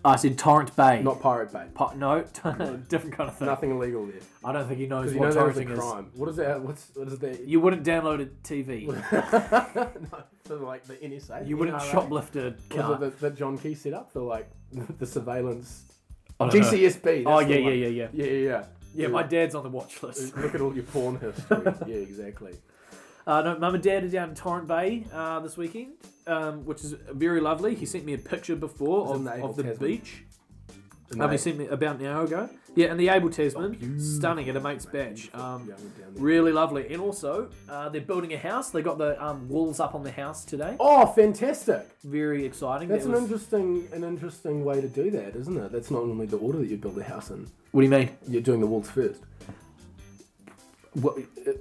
Speaker 2: I said Torrent Bay.
Speaker 1: not Pirate Bay?
Speaker 2: Pa- no, different kind of thing.
Speaker 1: Nothing illegal there.
Speaker 2: I don't think he knows
Speaker 1: Because you
Speaker 2: what
Speaker 1: know that was a
Speaker 2: torrenting is.
Speaker 1: crime. What is that? What's what is that?
Speaker 2: You wouldn't download a TV.
Speaker 1: no, for like the NSA.
Speaker 2: You wouldn't
Speaker 1: NRA.
Speaker 2: shoplift a
Speaker 1: Was it
Speaker 2: car.
Speaker 1: that, that John Key set up for like the surveillance?
Speaker 2: I don't know.
Speaker 1: GCSB.
Speaker 2: Oh
Speaker 1: that's
Speaker 2: yeah,
Speaker 1: the
Speaker 2: yeah,
Speaker 1: one.
Speaker 2: yeah, yeah.
Speaker 1: yeah, yeah, yeah. Uh,
Speaker 2: Yeah, my dad's on the watch list.
Speaker 1: Look at all your porn history. yeah, exactly.
Speaker 2: Uh, no, mum and dad are down in Torrent Bay uh, this weekend, um, which is very lovely. He sent me a picture before
Speaker 1: It's
Speaker 2: of,
Speaker 1: in the
Speaker 2: of the
Speaker 1: Abel Tasman.
Speaker 2: beach. Um, he sent me about an hour ago. Yeah, and the Abel Tasman,
Speaker 1: Oh, beautiful,
Speaker 2: stunning at a mate's
Speaker 1: Mate,
Speaker 2: batch.
Speaker 1: beautiful.
Speaker 2: Um,
Speaker 1: Yeah, I went down there.
Speaker 2: really lovely. And also, uh, they're building a house. They got the um, walls up on the house today.
Speaker 1: Oh, fantastic!
Speaker 2: Very exciting.
Speaker 1: That's
Speaker 2: That
Speaker 1: an
Speaker 2: was-
Speaker 1: interesting, an interesting way to do that, isn't it? That's not normally the order that you build a house in.
Speaker 2: what do you mean?
Speaker 1: You're doing the walls first.
Speaker 2: What,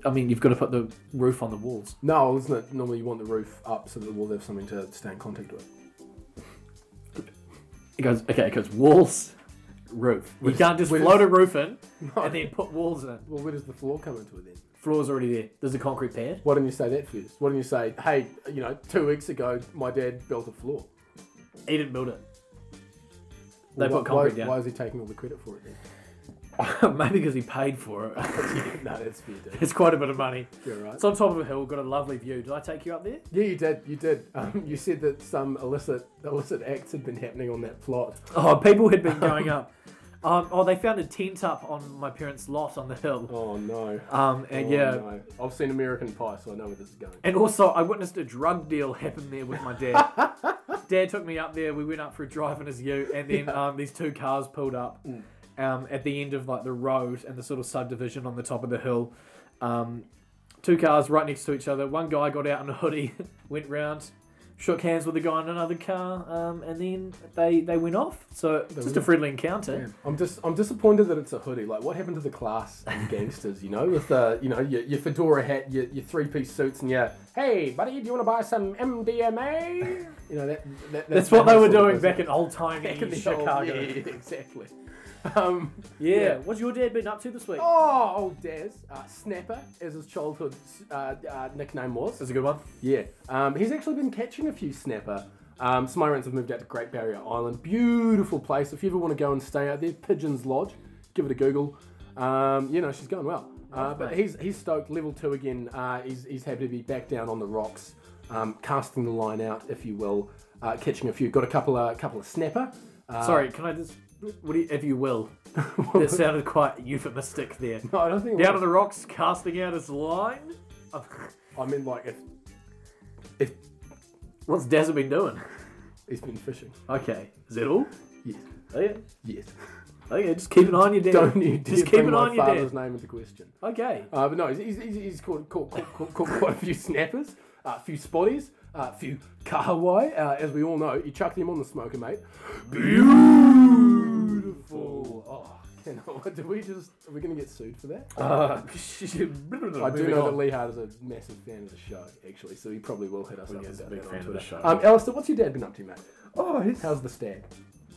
Speaker 2: I mean, you've got to put the roof on the walls.
Speaker 1: No, isn't it? Normally you want the roof up so that the walls have something to stay in contact with.
Speaker 2: It goes okay. It goes walls, roof. You can't just
Speaker 1: we're
Speaker 2: float a roof in and then put walls in.
Speaker 1: Well, where does the floor come into it then?
Speaker 2: Floor's already there. There's a concrete pad.
Speaker 1: Why didn't you say that first? Why didn't you say, hey, you know, two weeks ago my dad built a floor?
Speaker 2: He didn't build it. They
Speaker 1: Well,
Speaker 2: put
Speaker 1: why, why,
Speaker 2: concrete
Speaker 1: why is he taking all the credit for it then?
Speaker 2: down. Maybe because he paid for it.
Speaker 1: no, that's fair, dude.
Speaker 2: it's quite a bit of money.
Speaker 1: You're right.
Speaker 2: It's on top of a hill. Got a lovely view. Did I take you up there?
Speaker 1: yeah, you did. You did. Um, you said that some illicit illicit acts had been happening on that plot.
Speaker 2: Oh, people had been going up. Um, oh, they found a tent up on my parents' lot on the hill.
Speaker 1: Oh no.
Speaker 2: Um, and
Speaker 1: Oh,
Speaker 2: yeah,
Speaker 1: no. I've seen American Pie, so I know where this is going.
Speaker 2: And also, I witnessed a drug deal happen there with my dad. dad took me up there. We went up for a drive in his ute, and then um, these two cars pulled up um, at the end of like the road and the sort of subdivision on the top of the hill. Um, two cars right next to each other. One guy got out in a hoodie, went round, shook hands with the guy in another car, um, and then they they went off. So just a
Speaker 1: went-
Speaker 2: friendly encounter.
Speaker 1: I'm just I'm disappointed that it's a hoodie. Like, what happened to the class and gangsters? You know, with uh, you know your, your fedora hat, your, your three piece suits, and your hey buddy, do you want to buy some MDMA? You know that, that
Speaker 2: That's what they were doing back
Speaker 1: in
Speaker 2: in old time in Chicago.
Speaker 1: Yeah,
Speaker 2: Yeah.
Speaker 1: yeah, exactly. Um, Yeah.
Speaker 2: What's your dad been up to this week?
Speaker 1: oh, old Daz, uh, Snapper, as his childhood uh, uh, nickname was.
Speaker 2: That's a good one.
Speaker 1: Yeah, um, he's actually been catching a few snapper. Um, so my parents have moved out to Great Barrier Island. Beautiful place. If you ever want to go and stay out there, Pigeons Lodge. Give it a Google. Um, you know, she's going well. Uh, but
Speaker 2: mate.
Speaker 1: he's, he's stoked. Level two again. Uh, he's, he's happy to be back down on the rocks, um, casting the line out, if you will, uh, catching a few. Got a couple of couple of snapper. Uh,
Speaker 2: Sorry, can I just, what do you, if you will? that sounded quite euphemistic there.
Speaker 1: No, I don't think. it
Speaker 2: Down to
Speaker 1: was-
Speaker 2: the rocks, casting out his line.
Speaker 1: I mean, like if if
Speaker 2: What's Dazza been doing?
Speaker 1: he's been fishing.
Speaker 2: Okay, is that all? Oh,
Speaker 1: Yes,
Speaker 2: Okay,
Speaker 1: yes.
Speaker 2: okay, just keep an eye on your dad.
Speaker 1: Don't you dare
Speaker 2: just keep
Speaker 1: bring
Speaker 2: an eye
Speaker 1: my
Speaker 2: on your
Speaker 1: father's
Speaker 2: dad.
Speaker 1: name into question.
Speaker 2: Okay,
Speaker 1: Uh, but no, he's, he's, he's, he's caught, caught, caught, caught, caught quite a few snappers, uh, a few spotties, uh, a few kahawai. Uh, as we all know, you chucked him on the smoker, mate. Beautiful. Oh, cannot. Did we just? Are we going to get sued for that?
Speaker 2: uh,
Speaker 1: I do know that Lee Hart is a massive fan of the show, actually, so he probably will hit us up
Speaker 2: he is a
Speaker 1: about
Speaker 2: big
Speaker 1: that
Speaker 2: fan
Speaker 1: on
Speaker 2: of the
Speaker 1: Twitter.
Speaker 2: show.
Speaker 1: Um, Alistair, what's your dad been up to, mate?
Speaker 3: Oh, he's
Speaker 1: How's the stag?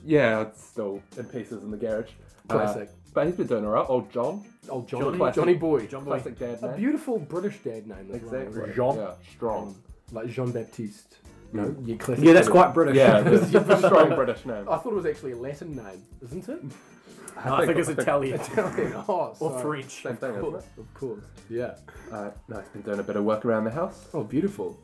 Speaker 3: yeah, it's still in pieces in the garage. Uh,
Speaker 1: Classic.
Speaker 3: but he's been doing alright. Old John,
Speaker 1: Oh, Johnny, Johnny,
Speaker 3: Classic.
Speaker 1: Boy.
Speaker 2: John Boy.
Speaker 3: classic dad
Speaker 1: A
Speaker 3: name.
Speaker 1: beautiful British dad name. as well.
Speaker 3: Exactly.
Speaker 1: Jean.
Speaker 3: Yeah, strong.
Speaker 1: Like Jean Baptiste. No, your classic
Speaker 2: Yeah, that's
Speaker 1: British-
Speaker 2: quite British.
Speaker 3: Yeah, it's a strong British name.
Speaker 1: I thought it was actually a Latin name, isn't it?
Speaker 2: No, I think it's
Speaker 3: I think-
Speaker 2: Italian
Speaker 1: oh,
Speaker 2: or
Speaker 1: sorry.
Speaker 2: French.
Speaker 3: Same thing,
Speaker 1: Of
Speaker 3: isn't
Speaker 1: course,
Speaker 3: it?
Speaker 1: of course. Yeah.
Speaker 3: Uh, no, he's been doing a bit of work around the house.
Speaker 1: Oh, beautiful.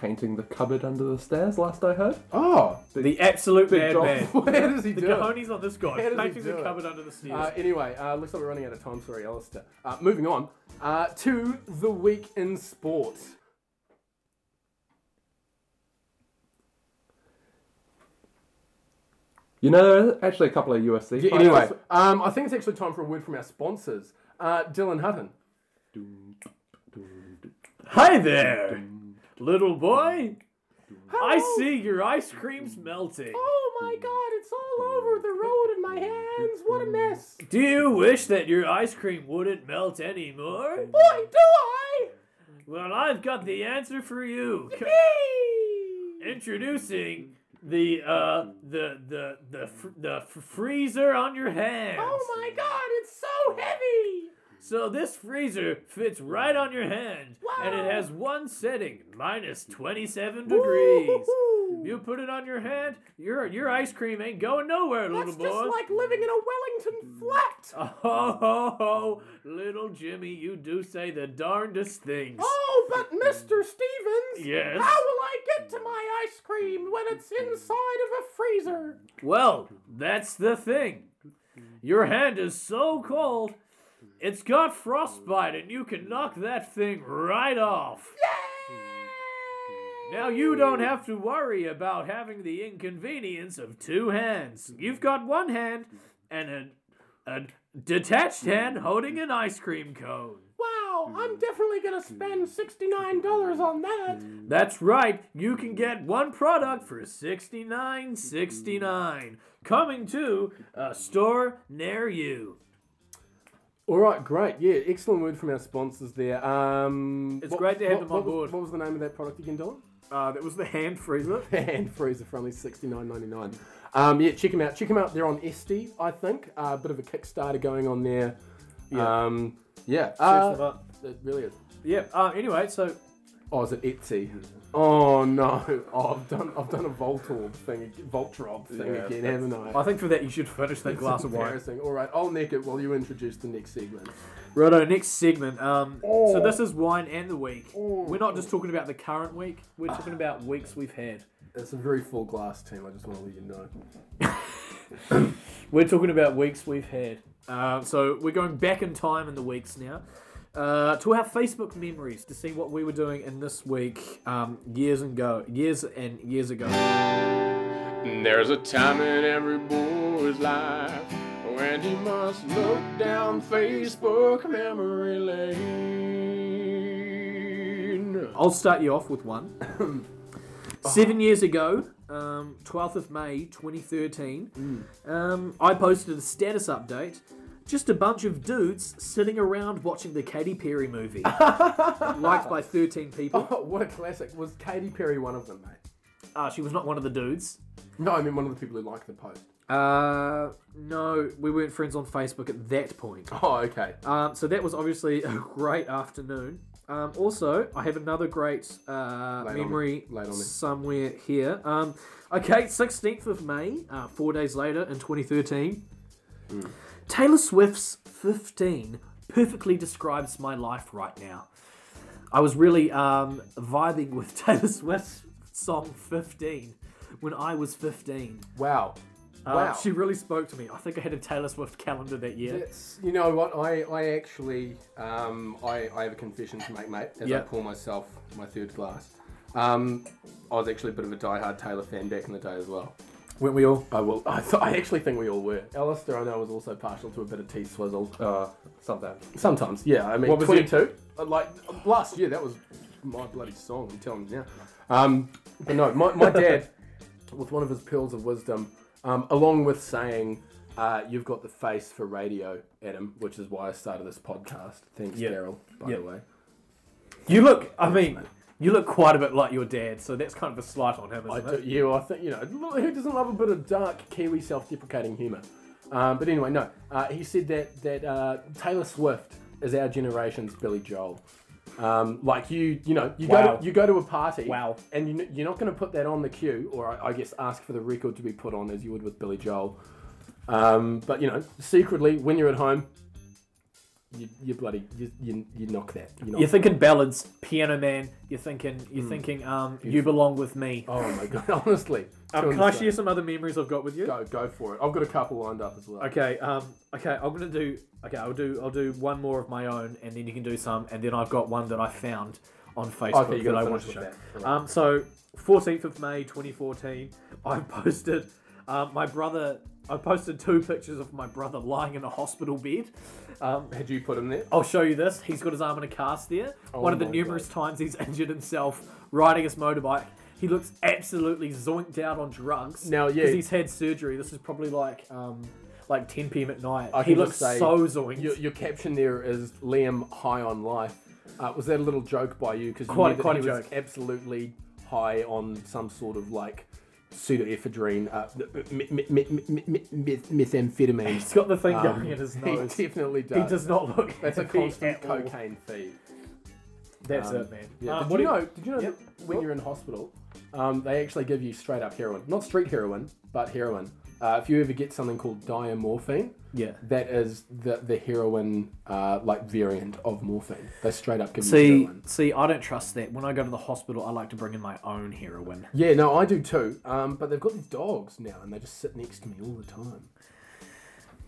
Speaker 3: Painting the cupboard under the stairs, last I heard.
Speaker 1: Oh,
Speaker 2: The absolute
Speaker 3: Big John.
Speaker 2: madman.
Speaker 1: where does he
Speaker 2: The
Speaker 1: do it?
Speaker 2: cojones on this
Speaker 1: How
Speaker 2: guy,
Speaker 1: does he
Speaker 2: making
Speaker 1: do
Speaker 2: the
Speaker 1: it?
Speaker 2: cupboard under the stairs.
Speaker 1: Uh, anyway, uh, looks like we're running out of time. Sorry, Alistair. Uh, moving on uh, to the week in sport.
Speaker 3: You know, there are actually a couple of UFC
Speaker 1: Yeah,
Speaker 3: fighters.
Speaker 1: anyway, um, I think it's actually time for a word from our sponsors. Uh, Dylan Hutton.
Speaker 2: Hi there, little boy. I see your ice cream's melting.
Speaker 1: Oh my God! It's all over the road in my hands. What a mess.
Speaker 2: Do you wish that your ice cream wouldn't melt anymore?
Speaker 1: Boy, do I!
Speaker 2: Well, I've got the answer for you. Co- Introducing the uh the the the fr- the f- freezer on your hands.
Speaker 1: Oh my God! It's so heavy.
Speaker 2: So this freezer fits right on your hand, and it has one setting, minus twenty-seven degrees. You put it on your hand, your your ice cream ain't going nowhere, little boy.
Speaker 1: living in a Wellington flat.
Speaker 2: Oh, ho, ho, little Jimmy, you do say the darndest things.
Speaker 1: Oh, but Mr. Stevens,
Speaker 2: Yes.
Speaker 1: how will I get to my ice cream when it's inside of a freezer?
Speaker 2: Well, that's the thing. Your hand is so cold, it's got frostbite, and you can knock that thing right off.
Speaker 1: Mm.
Speaker 2: Now you don't have to worry about having the inconvenience of two hands. You've got one hand and a, a detached hand holding an ice cream cone.
Speaker 1: Wow, I'm definitely gonna spend $69 on that.
Speaker 2: That's right, you can get one product for sixty-nine, sixty-nine. Coming to a store near you.
Speaker 1: All right, great. Yeah, excellent word from our sponsors there. Um,
Speaker 2: It's great to have them on
Speaker 1: what was-
Speaker 2: board.
Speaker 1: What was the name of that product again, Don?
Speaker 2: Uh, that was the hand freezer.
Speaker 1: and freezer for only sixty nine ninety nine. Um, yeah, check them out. Check them out. They're on SD, I think. A bit of a Kickstarter going on there. Yeah. Um, yeah. uh,
Speaker 2: them up.
Speaker 1: It really is.
Speaker 2: Yep. Uh, anyway, so
Speaker 1: Oh, is it Etsy? Oh no! Oh, I've done I've done a Voltorb thing, ag- Voltrob thing
Speaker 3: Yeah,
Speaker 1: again,
Speaker 3: that's-
Speaker 1: haven't I?
Speaker 2: I think for that you should finish that glass of wine.
Speaker 1: Embarrassing. All right, I'll nick it while you introduce the next segment.
Speaker 2: Righto, next segment. Um, So
Speaker 1: Oh.
Speaker 2: this is wine and the week.
Speaker 1: Oh.
Speaker 2: We're not just talking about the current week. We're talking about weeks we've had.
Speaker 1: It's a very full glass, team. I just want to let you know.
Speaker 2: We're talking about weeks we've had. Uh, so we're going back in time in the weeks now uh, to our Facebook memories to see what we were doing in this week um, years and go years and years ago.
Speaker 4: There's a time in every boy's life when he must look down Facebook memory lane.
Speaker 2: I'll start you off with one. Seven years ago, um, 12th of May 2013, um, I posted a status update. Just a bunch of dudes sitting around watching the Katy Perry movie. liked by 13 people.
Speaker 1: Oh, what a classic! Was Katy Perry one of them, mate?
Speaker 2: Uh, she was not one of the dudes.
Speaker 1: No, I mean one of the people who liked the post.
Speaker 2: Uh, no, we weren't friends on Facebook at that point.
Speaker 1: Oh, okay.
Speaker 2: Um, so that was obviously a great afternoon. Um, also, I have another great uh,
Speaker 1: Lay it on me.
Speaker 2: memory
Speaker 1: Lay it on me.
Speaker 2: somewhere here. Um, okay, 16th of May, uh, four days later in 2013,
Speaker 1: Hmm.
Speaker 2: Taylor Swift's 15 perfectly describes my life right now. I was really um, vibing with Taylor Swift's song 15 when I was 15.
Speaker 1: Wow.
Speaker 2: Uh,
Speaker 1: wow.
Speaker 2: She really spoke to me. I think I had a Taylor Swift calendar that year.
Speaker 1: It's, you know what? I, I actually um, I, I have a confession to make, mate. As
Speaker 2: Yeah.
Speaker 1: I pour myself my third glass, um, I was actually a bit of a diehard Taylor fan back in the day as well.
Speaker 2: Weren't we all?
Speaker 1: I will. I, th- I actually think we all were. Alistair, I know, was also partial to a bit of tea swizzle.
Speaker 3: Uh, sometimes.
Speaker 1: Sometimes, yeah. I mean,
Speaker 3: What was it?
Speaker 1: 22. uh, Like last year, that was my bloody song. I'm telling you now. Um, but no, my, my dad, with one of his pearls of wisdom, um, along with saying, uh, "You've got the face for radio, Adam," which is why I started this podcast. Thanks,
Speaker 2: Yeah.
Speaker 1: Daryl. By
Speaker 2: Yeah.
Speaker 1: the way,
Speaker 2: You look, I mean, you look quite a bit like your dad, so that's kind of a slight on him,
Speaker 1: I
Speaker 2: isn't
Speaker 1: do,
Speaker 2: it?
Speaker 1: you. I think you know look, who doesn't love a bit of dark Kiwi self-deprecating humour. Um, but anyway, no. Uh, he said that that uh, Taylor Swift is our generation's Billy Joel. Um, like you, you know, you
Speaker 2: Wow.
Speaker 1: go to, you go to a party,
Speaker 2: Wow.
Speaker 1: and you, you're not going to put that on the queue, or I, I guess ask for the record to be put on as you would with Billy Joel. Um, but you know, secretly, when you're at home, you, you bloody you, you, you knock that. You knock
Speaker 2: You're thinking ballads, Piano Man. You're thinking, you're thinking, um, you belong with me.
Speaker 1: Hmm. oh my god, honestly.
Speaker 2: Um,
Speaker 1: to
Speaker 2: can I
Speaker 1: insane.
Speaker 2: share some other memories I've got with you?
Speaker 1: Go go for it. I've got a couple lined up as well.
Speaker 2: Okay, um, okay, I'm gonna do. Okay, I'll do. I'll do one more of my own, and then you can do some, and then I've got one that I found on Facebook
Speaker 1: Okay, you
Speaker 2: that
Speaker 1: gotta
Speaker 2: I want to
Speaker 1: finish
Speaker 2: show.
Speaker 1: with that.
Speaker 2: Um, so 14th of May 2014, I posted um, my brother. I posted two pictures of my brother lying in a hospital bed. Um,
Speaker 1: Had you put him there?
Speaker 2: I'll show you this. He's got his arm in a cast there. One of the
Speaker 1: Oh my
Speaker 2: numerous times he's injured himself riding his motorbike. He looks absolutely zoinked out on drugs.
Speaker 1: Now, yeah.
Speaker 2: Because he's had surgery. This is probably like um, like 10 p.m. at night.
Speaker 1: I
Speaker 2: he
Speaker 1: can just
Speaker 2: looks
Speaker 1: say
Speaker 2: so zoinked.
Speaker 1: Your, your caption there is Liam high on life. Uh, was that a little joke by you? Because
Speaker 2: Quite-
Speaker 1: you knew that
Speaker 2: quite
Speaker 1: he
Speaker 2: a
Speaker 1: was
Speaker 2: joke.
Speaker 1: absolutely high on some sort of like pseudoephedrine, uh, me- me- me- me- me- me- meth- methamphetamine.
Speaker 2: he's got the thing
Speaker 1: Um,
Speaker 2: going in his nose.
Speaker 1: He definitely does.
Speaker 2: He does not look.
Speaker 1: That's a
Speaker 2: happy
Speaker 1: constant
Speaker 2: at all.
Speaker 1: cocaine feed.
Speaker 2: That's
Speaker 1: Um,
Speaker 2: it, man.
Speaker 1: Yeah.
Speaker 2: Um,
Speaker 1: did,
Speaker 2: what
Speaker 1: you
Speaker 2: do
Speaker 1: know, did you know
Speaker 2: Yep.
Speaker 1: that when you're in hospital, um, they actually give you straight up heroin? Not street heroin, but heroin. Uh, if you ever get something called diamorphine,
Speaker 2: Yeah.
Speaker 1: that is the the heroin uh, like variant of morphine. They straight up give you
Speaker 2: See,
Speaker 1: heroin.
Speaker 2: see, I don't trust that. When I go to the hospital, I like to bring in my own heroin.
Speaker 1: Yeah, no, I do too. Um, but they've got these dogs now, and they just sit next to me all the time.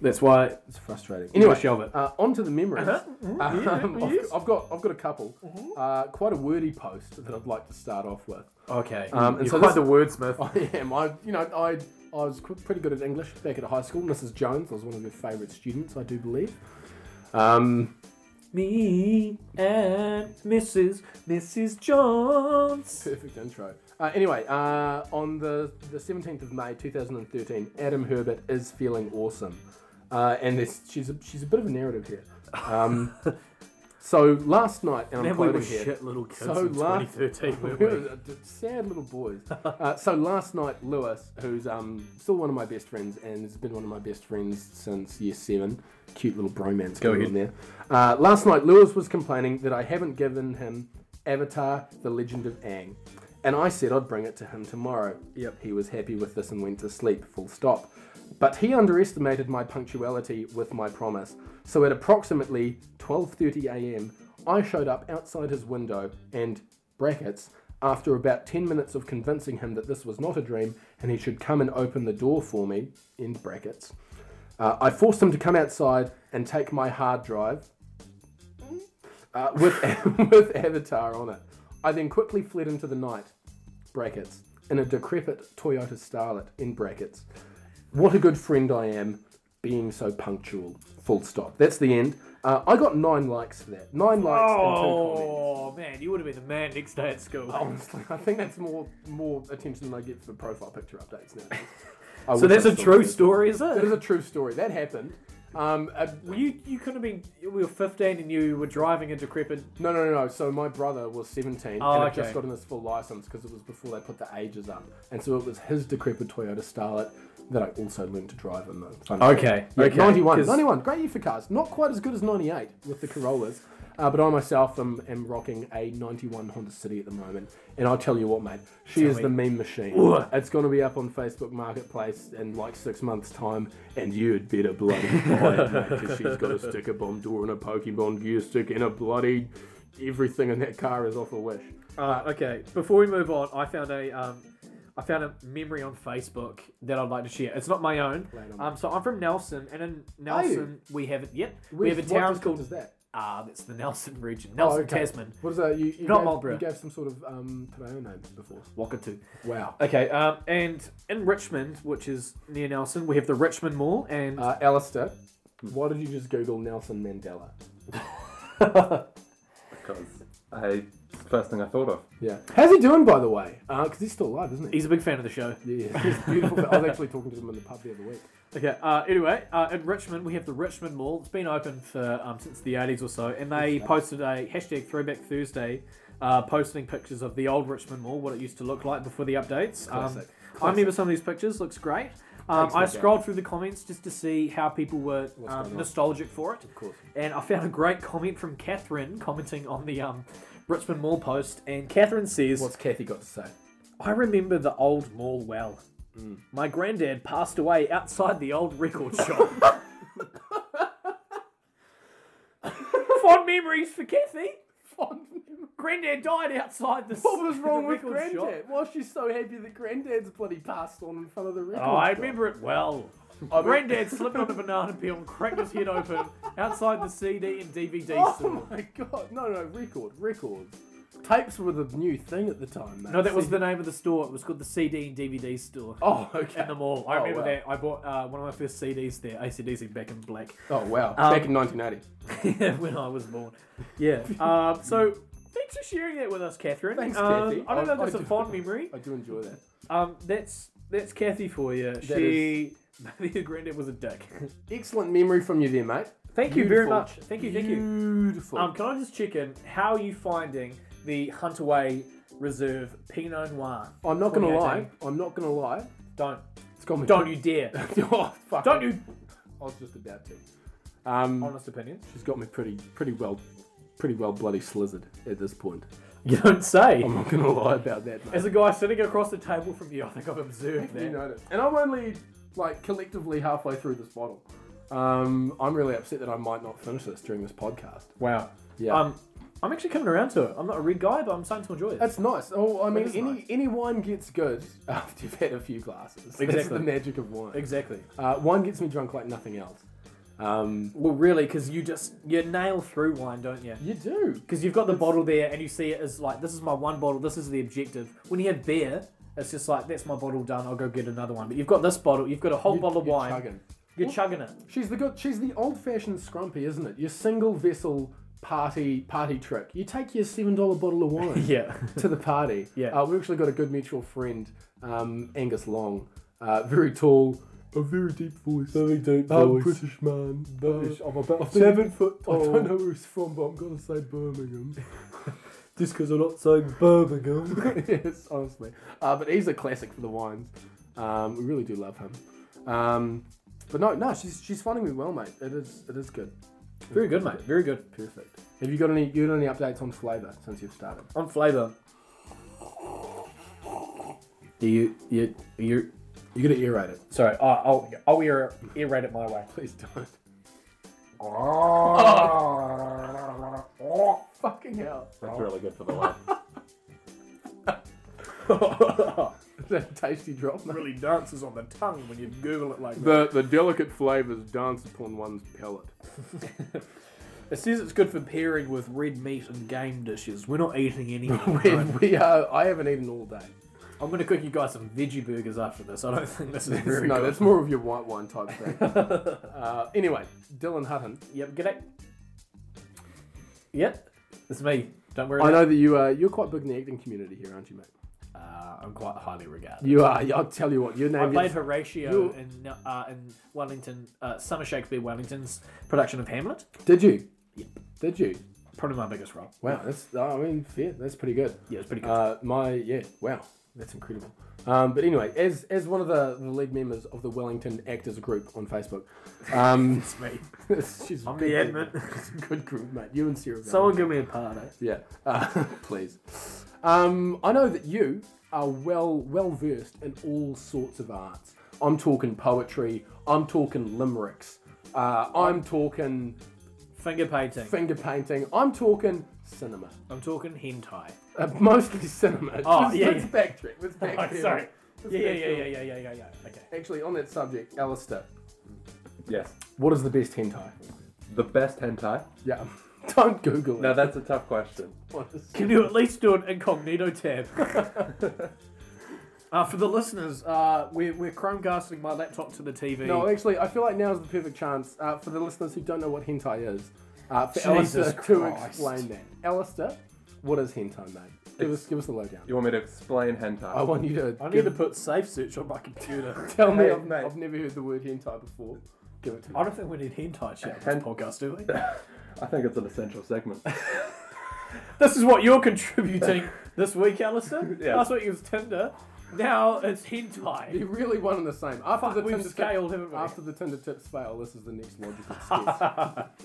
Speaker 2: That's why.
Speaker 1: It's frustrating.
Speaker 2: Anyway,
Speaker 1: Anyway,
Speaker 2: shelve it.
Speaker 1: uh, onto the memories. Um,
Speaker 2: Uh-huh. Mm-hmm. yeah, yes. Mm-hmm.
Speaker 1: I've, I've got I've got a couple. Uh, quite a wordy post that I'd like to start off with.
Speaker 2: Okay.
Speaker 1: Um, and
Speaker 2: You're
Speaker 1: so
Speaker 2: quite
Speaker 1: this-
Speaker 2: the wordsmith.
Speaker 1: I am. I, you know, I, I was qu- pretty good at English back at high school. Mrs. Jones was one of her favourite students, I do believe. Um,
Speaker 2: Me and Mrs. Mrs. Jones.
Speaker 1: perfect intro. Uh, anyway, uh, on the, the 17th of May 2013, Adam Herbert is feeling awesome. Uh, and this, she's, a, she's a bit of a narrative here. Um, so last night, and I'm
Speaker 2: Man, we
Speaker 1: quoting
Speaker 2: were
Speaker 1: here.
Speaker 2: shit little kids
Speaker 1: So
Speaker 2: in
Speaker 1: laugh-
Speaker 2: 2013, weren't
Speaker 1: We
Speaker 2: we?
Speaker 1: were d- Sad little boys. Uh, so last night, Lewis, who's um, still one of my best friends and has been one of my best friends since year seven, cute little bromance going on there. Uh, last night, Lewis was complaining that I haven't given him Avatar: The Legend of Aang, and I said I'd bring it to him tomorrow.
Speaker 2: Yep.
Speaker 1: He was happy with this and went to sleep. Full stop. But he underestimated my punctuality with my promise. So at approximately 12:30 a.m., I showed up outside his window and brackets after about 10 minutes of convincing him that this was not a dream and he should come and open the door for me end brackets. Uh, I forced him to come outside and take my hard drive uh, with, with Avatar on it. I then quickly fled into the night, brackets, in a decrepit Toyota Starlet, in brackets. What a good friend I am, being so punctual, full stop. That's the end. Uh, I got nine likes for that. Nine likes and two comments.
Speaker 2: Oh man, you would have been the man next day at school.
Speaker 1: Honestly, I think that's more more attention than I get for profile picture updates now. I
Speaker 2: so
Speaker 1: wish
Speaker 2: that's
Speaker 1: I
Speaker 2: a
Speaker 1: still
Speaker 2: true
Speaker 1: did.
Speaker 2: story, is
Speaker 1: That
Speaker 2: it?
Speaker 1: is a true story. That happened. Um, uh,
Speaker 2: Well, you you couldn't have been. We were 15 and you were driving a decrepit.
Speaker 1: no, no, no, no. So my brother was 17
Speaker 2: Oh,
Speaker 1: and had
Speaker 2: okay.
Speaker 1: just gotten his full license because it was before they put the ages up. And so it was his decrepit Toyota Starlet that I also learned to drive in the fun
Speaker 2: Okay,
Speaker 1: Yeah,
Speaker 2: okay,
Speaker 1: 91.
Speaker 2: 'cause-
Speaker 1: 91. Great year for cars. Not quite as good as 98 with the Corollas. Uh, but I myself am, am rocking a 91 Honda City at the moment. And I'll tell you what, mate, she is
Speaker 2: me.
Speaker 1: the meme machine. It's going to be up on Facebook Marketplace in like six months' time. And you'd better bloody buy it, mate, because she's got a sticker bomb door and a Pokemon gear stick and a bloody. Everything in that car is off a wish.
Speaker 2: Uh, okay, before we move on, I found a um, I found a memory on Facebook that I'd like to share. It's not my own.
Speaker 1: Right on.
Speaker 2: Um, so I'm from Nelson, and in
Speaker 1: Are you?
Speaker 2: Nelson we have yep we
Speaker 1: Where's-
Speaker 2: have a
Speaker 1: what
Speaker 2: town
Speaker 1: district
Speaker 2: called
Speaker 1: is that?
Speaker 2: ah that's the Nelson region, Nelson
Speaker 1: Oh, okay.
Speaker 2: Tasman,
Speaker 1: What is that? You, you,
Speaker 2: Not
Speaker 1: gave,
Speaker 2: Marlborough.
Speaker 1: you gave some sort of um, Te Reo name before.
Speaker 2: Wakatu.
Speaker 1: Wow.
Speaker 2: Okay, um, and in Richmond, which is near Nelson, we have the Richmond Mall, and
Speaker 1: Uh, Alistair, why did you just Google Nelson Mandela?
Speaker 3: because I first thing I thought of.
Speaker 1: Yeah. How's he doing, by the way? Because he's still alive, isn't he?
Speaker 2: he's a big fan of the show.
Speaker 1: yeah, he's beautiful. I was actually talking to him in the pub the other week.
Speaker 2: Okay. Uh, anyway, uh, in Richmond, we have the Richmond Mall. It's been open for um, since the 80s or so, and they posted a hashtag Throwback Thursday, uh, posting pictures of the old Richmond Mall, what it used to look like before the updates. Um,
Speaker 1: Classic.
Speaker 2: I remember some of these pictures. Looks great. Um,
Speaker 1: Thanks,
Speaker 2: I
Speaker 1: Nick.
Speaker 2: scrolled through the comments just to see how people were
Speaker 1: going
Speaker 2: um,
Speaker 1: on?
Speaker 2: nostalgic for it,
Speaker 1: Of course.
Speaker 2: and I found a great comment from Catherine commenting on the um, Richmond Mall post, and Catherine says,
Speaker 1: What's Kathy got to say?
Speaker 2: I remember the old mall well.
Speaker 1: Hmm.
Speaker 2: My granddad passed away outside the old record shop. Fond memories for Kathy. Granddad died outside the.
Speaker 1: What was wrong
Speaker 2: the
Speaker 1: with
Speaker 2: record shop.
Speaker 1: Granddad? Why is she so happy that Granddad's bloody passed on in front of the record?
Speaker 2: Oh, I
Speaker 1: shop?
Speaker 2: remember it well.
Speaker 1: I mean-
Speaker 2: Granddad slipped on a banana peel and cracked his head open outside the CD and DVD store.
Speaker 1: Oh my god! No, no, record, record. Tapes were the new thing at the time, mate.
Speaker 2: No, that was the name of the store. It was called the CD and DVD store.
Speaker 1: Oh, okay.
Speaker 2: In the mall. I
Speaker 1: Oh,
Speaker 2: remember
Speaker 1: wow.
Speaker 2: that. I bought uh, one of my first CDs there, ACDC Back in Black.
Speaker 1: Oh wow!
Speaker 2: Um,
Speaker 1: Back in 1980.
Speaker 2: when I was born. Yeah. Um, so thanks for sharing that with us, Catherine.
Speaker 1: Thanks,
Speaker 2: um,
Speaker 1: Kathy.
Speaker 2: I don't know if
Speaker 1: I-
Speaker 2: that's
Speaker 1: I
Speaker 2: a
Speaker 1: do-
Speaker 2: fond memory.
Speaker 1: I do enjoy that.
Speaker 2: Um, that's that's Kathy for you. she maybe your granddad was a dick.
Speaker 1: Excellent memory from you there, mate.
Speaker 2: Thank you very
Speaker 1: Beautiful.
Speaker 2: much. Thank you. Thank you.
Speaker 1: Beautiful.
Speaker 2: Um, can I just check in? How are you finding the Hunterway Reserve Pinot Noir?
Speaker 1: I'm not gonna
Speaker 2: 2018?
Speaker 1: lie. I'm not gonna lie.
Speaker 2: Don't
Speaker 1: It's got me.
Speaker 2: don't you dare.
Speaker 1: oh, fuck.
Speaker 2: Don't you.
Speaker 1: I was just about to. Um,
Speaker 2: Honest opinions.
Speaker 1: she's got me pretty, pretty well, pretty well bloody slizzard at this point.
Speaker 2: You don't say.
Speaker 1: I'm not gonna lie about that, mate.
Speaker 2: As a guy sitting across the table from you, I think I've observed that.
Speaker 1: you know that. And I'm only like collectively halfway through this bottle. Um, I'm really upset that I might not finish this during this podcast.
Speaker 2: Wow.
Speaker 1: Yeah.
Speaker 2: Um, I'm actually coming around to it. I'm not a red guy, but I'm starting to enjoy it.
Speaker 1: That's nice. Oh, I mean,
Speaker 2: is
Speaker 1: any
Speaker 2: nice.
Speaker 1: any wine gets good after you've had a few glasses. That's
Speaker 2: Exactly.
Speaker 1: the magic of wine.
Speaker 2: exactly.
Speaker 1: Uh, wine gets me drunk like nothing else. Um,
Speaker 2: Well, really, because you just you nail through wine, don't you?
Speaker 1: you do.
Speaker 2: Because you've got the bottle there, and you see it as like this is my one bottle. This is the objective. When you have beer, it's just like that's my bottle done. I'll go get another one. But you've got this bottle. You've got a whole
Speaker 1: You-
Speaker 2: bottle of
Speaker 1: you're
Speaker 2: wine.
Speaker 1: chugging.
Speaker 2: You're chugging it.
Speaker 1: She's the good. She's the old-fashioned scrumpy, isn't it? Your single vessel party party trick. You take your seven-dollar bottle of wine
Speaker 2: Yeah.
Speaker 1: to the party.
Speaker 2: Yeah.
Speaker 1: Uh, we've actually got a good mutual friend, um, Angus Long, uh, very tall, a very deep voice.
Speaker 3: Very deep
Speaker 1: I'm British man.
Speaker 3: British.
Speaker 1: Uh, I'm about
Speaker 3: Seven foot
Speaker 1: I don't know
Speaker 3: tall.
Speaker 1: where he's from, but I'm gonna say Birmingham.
Speaker 3: Just because I'm not saying Birmingham.
Speaker 1: yes, honestly. Uh, but he's a classic for the wines. Um, we really do love him. Um, but no, no, she's she's finding me well, mate. It is it is good.
Speaker 2: Very good, mate. Very good.
Speaker 1: Perfect. Have you got any? You got any updates on flavour since you've started?
Speaker 2: On flavour. Do you you you?
Speaker 1: You got to aerate it.
Speaker 2: Sorry, I- I'll I'll air, aerate it my way.
Speaker 1: Please don't.
Speaker 2: Oh.
Speaker 1: Fucking hell.
Speaker 3: That's really good for the laugh.
Speaker 1: Is that a tasty drop? mate?
Speaker 2: really dances on the tongue when you Google it like
Speaker 1: The the delicate flavours dance upon one's palate.
Speaker 2: It says it's good for pairing with red meat and game dishes. We're not eating any.
Speaker 1: We, we are. I haven't eaten all day.
Speaker 2: I'm going to cook you guys some veggie burgers after this. I don't think this is very
Speaker 1: no,
Speaker 2: good.
Speaker 1: that's more of your white wine type thing. uh, anyway, Dylan Hutton.
Speaker 2: Yep, g'day. Yep, it's me. Don't worry.
Speaker 1: I
Speaker 2: about
Speaker 1: know that you are. You're quite big in the acting community here, aren't you, mate?
Speaker 2: it. Uh, I'm quite highly regarded.
Speaker 1: You are. I'll tell you what. Your
Speaker 2: I
Speaker 1: name
Speaker 2: played
Speaker 1: gets,
Speaker 2: Horatio
Speaker 1: you-
Speaker 2: in uh, in Wellington, uh, Summer Shakespeare Wellington's production of Hamlet.
Speaker 1: Did you? Did you?
Speaker 2: Probably my biggest role.
Speaker 1: Wow. That's. I mean, fair. That's pretty good.
Speaker 2: Yeah, it's pretty good.
Speaker 1: Uh, my yeah, wow, that's incredible. Um, but anyway, as as one of the, the lead members of the Wellington Actors Group on Facebook, um,
Speaker 2: it's me.
Speaker 1: she's a
Speaker 2: I'm the
Speaker 1: good-
Speaker 2: admin.
Speaker 1: she's a good group, mate. You and Sarah.
Speaker 2: Someone give me a part. Eh?
Speaker 1: yeah, uh, please. Um, I know that you are well well versed in all sorts of arts. I'm talking poetry. I'm talking limericks. Uh, I'm talking
Speaker 2: Finger painting.
Speaker 1: finger painting. I'm talking cinema.
Speaker 2: I'm talking hentai.
Speaker 1: Uh, mostly cinema.
Speaker 2: Oh,
Speaker 1: Let's-
Speaker 2: yeah,
Speaker 1: Let's
Speaker 2: yeah.
Speaker 1: backtrack. Let's
Speaker 2: Oh,
Speaker 1: backtrack.
Speaker 2: sorry. Yeah, yeah,
Speaker 1: Yeah, sure.
Speaker 2: yeah, yeah, yeah, yeah, yeah, yeah. Okay.
Speaker 1: Actually, on that subject, Alistair,
Speaker 3: yes.
Speaker 1: what is the best hentai?
Speaker 3: The best hentai?
Speaker 1: Yeah, don't Google it.
Speaker 3: Now that's a tough question.
Speaker 1: What is-
Speaker 2: Can you at least do an incognito tab? uh, for the listeners, uh, we're, we're Chromecasting my laptop to the TV.
Speaker 1: No, actually, I feel like now is the perfect chance uh, for the listeners who don't know what hentai is uh, for
Speaker 2: Jesus
Speaker 1: Alistair to
Speaker 2: Christ.
Speaker 1: explain that. Alistair, what is hentai, mate? Give us, give us the lowdown.
Speaker 3: You want me to explain hentai?
Speaker 1: I want you to.
Speaker 2: I need
Speaker 1: give-
Speaker 2: to put safe search on my computer.
Speaker 1: tell me.
Speaker 3: Hey,
Speaker 1: I've,
Speaker 3: mate.
Speaker 1: I've never heard the word hentai before. Give it to me.
Speaker 2: I don't think we need hentai chat on
Speaker 3: Hen-
Speaker 2: this podcast, do we?
Speaker 3: I think it's an essential segment.
Speaker 2: this is what you're contributing this week, Alistair.
Speaker 3: Yeah.
Speaker 2: Last week it was Tinder. Now it's hentai.
Speaker 1: They're really one and the same. After the
Speaker 2: We've
Speaker 1: Tinder tip-
Speaker 2: scaled, haven't we?
Speaker 1: after the Tinder tips fail, this is the next logical step.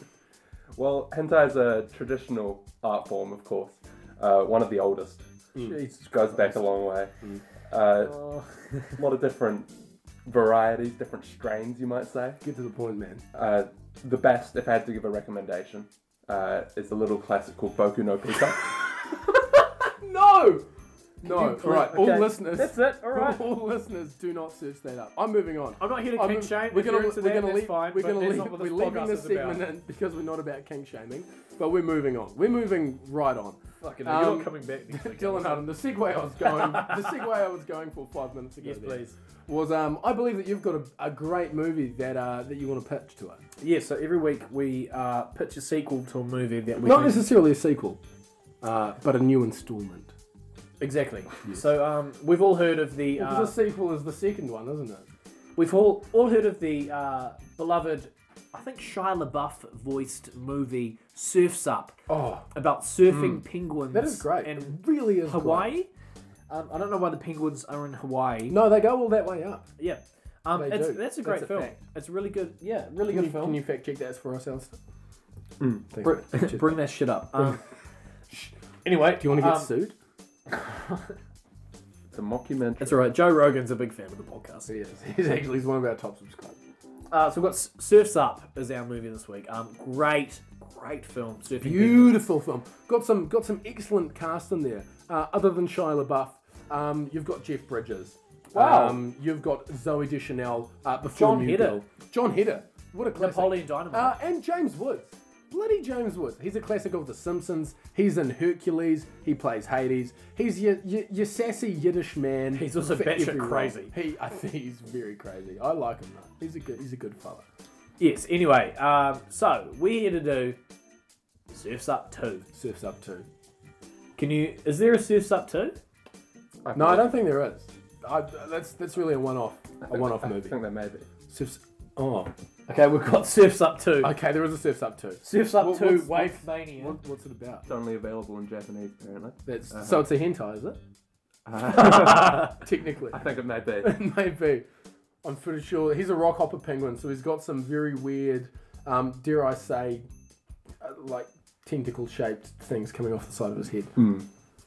Speaker 3: well, hentai is a traditional art form, of course. Uh, one of the oldest.
Speaker 2: Jesus
Speaker 3: Goes back a long way. Uh,
Speaker 2: Oh.
Speaker 3: a lot of different varieties, different strains, you might say.
Speaker 1: Get to the point, man.
Speaker 3: Uh, the best, if I had to give a recommendation, uh, is a little classic called Boku no Pico.
Speaker 1: No! No,
Speaker 2: please-
Speaker 1: alright, all
Speaker 3: Okay,
Speaker 1: listeners.
Speaker 2: That's it. Oh, All right.
Speaker 1: All listeners, do not search that up. I'm moving on.
Speaker 2: I'm not here to
Speaker 1: I'm-
Speaker 2: kink shame.
Speaker 1: We're gonna,
Speaker 2: to
Speaker 1: we're gonna leave.
Speaker 2: Fine,
Speaker 1: we're
Speaker 2: but
Speaker 1: gonna
Speaker 2: that's
Speaker 1: leave.
Speaker 2: not what
Speaker 1: We're leaving
Speaker 2: podcast
Speaker 1: this
Speaker 2: is
Speaker 1: segment
Speaker 2: about.
Speaker 1: in because we're not about king shaming, but we're moving on. We're moving right on.
Speaker 2: Fucking
Speaker 1: hell, you're
Speaker 2: you're
Speaker 1: not
Speaker 2: coming back next week.
Speaker 1: Um, Dylan Hutton, the segue I was going, the segue I was going for five minutes ago.
Speaker 2: Yes,
Speaker 1: there
Speaker 2: please.
Speaker 1: Was um, I believe that you've got a, a great movie that uh, that you want to pitch to us.
Speaker 2: Yeah, so every week we uh, pitch a sequel to a movie that we
Speaker 1: Not
Speaker 2: think-
Speaker 1: necessarily a sequel, uh, but a new installment.
Speaker 2: exactly. So um, we've all heard of the
Speaker 1: Because
Speaker 2: uh,
Speaker 1: the sequel is the second one, isn't it?
Speaker 2: we've all all heard of the uh, beloved, I think Shia LaBeouf voiced movie Surfs Up
Speaker 1: Oh,
Speaker 2: about surfing penguins.
Speaker 1: that is great. it
Speaker 2: And
Speaker 1: really is great.
Speaker 2: Hawaii. Um, I don't know why the penguins are in Hawaii.
Speaker 1: No, they go all that way up.
Speaker 2: Yeah. Um,
Speaker 1: They
Speaker 2: it's,
Speaker 1: do.
Speaker 2: That's a
Speaker 1: That's
Speaker 2: great
Speaker 1: a
Speaker 2: film.
Speaker 1: fact.
Speaker 2: It's really good. Yeah, really
Speaker 1: Can
Speaker 2: good
Speaker 1: you,
Speaker 2: film.
Speaker 1: can you fact check that for us, Alistair? Thanks,
Speaker 2: Br-
Speaker 1: mate. Cheers.
Speaker 2: bring that shit up. Um, anyway,
Speaker 1: Do you want to get
Speaker 2: um,
Speaker 1: sued?
Speaker 3: It's a mockumentary.
Speaker 2: That's all right. Joe Rogan's a big fan of the podcast.
Speaker 1: He is. He's actually he's one of our top subscribers.
Speaker 2: Uh, so we've got S- Surfs Up is our movie this week. Um, great, great film. Surfing people.
Speaker 1: Beautiful film. Got some got some excellent cast in there. Uh, other than Shia LaBeouf, um, you've got Jeff Bridges.
Speaker 2: Wow.
Speaker 1: Um, you've got Zoe Deschanel. Uh, before
Speaker 2: John
Speaker 1: New
Speaker 2: Heder.
Speaker 1: Girl. John Heder. What a classic.
Speaker 2: Napoleon Dynamite.
Speaker 1: Uh, and James Woods. Bloody James Woods. He's a classic of The Simpsons. He's in Hercules. He plays Hades. He's your, your, your sassy Yiddish man.
Speaker 2: He's also
Speaker 1: for
Speaker 2: batshit
Speaker 1: every role.
Speaker 2: crazy.
Speaker 1: He, I think he's very crazy. I like him though. He's a good, he's a good fella.
Speaker 2: yes. Anyway, um, so we're here to do Surfs Up Two.
Speaker 1: Surfs Up too.
Speaker 2: Can you? Is there a Surfs Up Two?
Speaker 3: I
Speaker 1: No, I
Speaker 3: think-
Speaker 1: don't think there is. I, that's that's really a one-off, a one-off movie.
Speaker 3: I think there may be.
Speaker 1: Surfs. Oh,
Speaker 2: Okay, we've got Surfs Up Two.
Speaker 1: okay. There is a Surfs Up too.
Speaker 2: Surfs Up
Speaker 1: What-
Speaker 2: Two.
Speaker 1: what's-
Speaker 2: Wave Mania.
Speaker 1: What, what's it Uh-huh. about?
Speaker 3: It's only available in Japanese, apparently.
Speaker 1: That's so it's a hentai, is it? Technically,
Speaker 3: I think it may be.
Speaker 1: maybe. I'm pretty sure he's a rock hopper penguin, so he's got some very weird, um, dare I say, uh, like tentacle shaped things coming off the side of his head.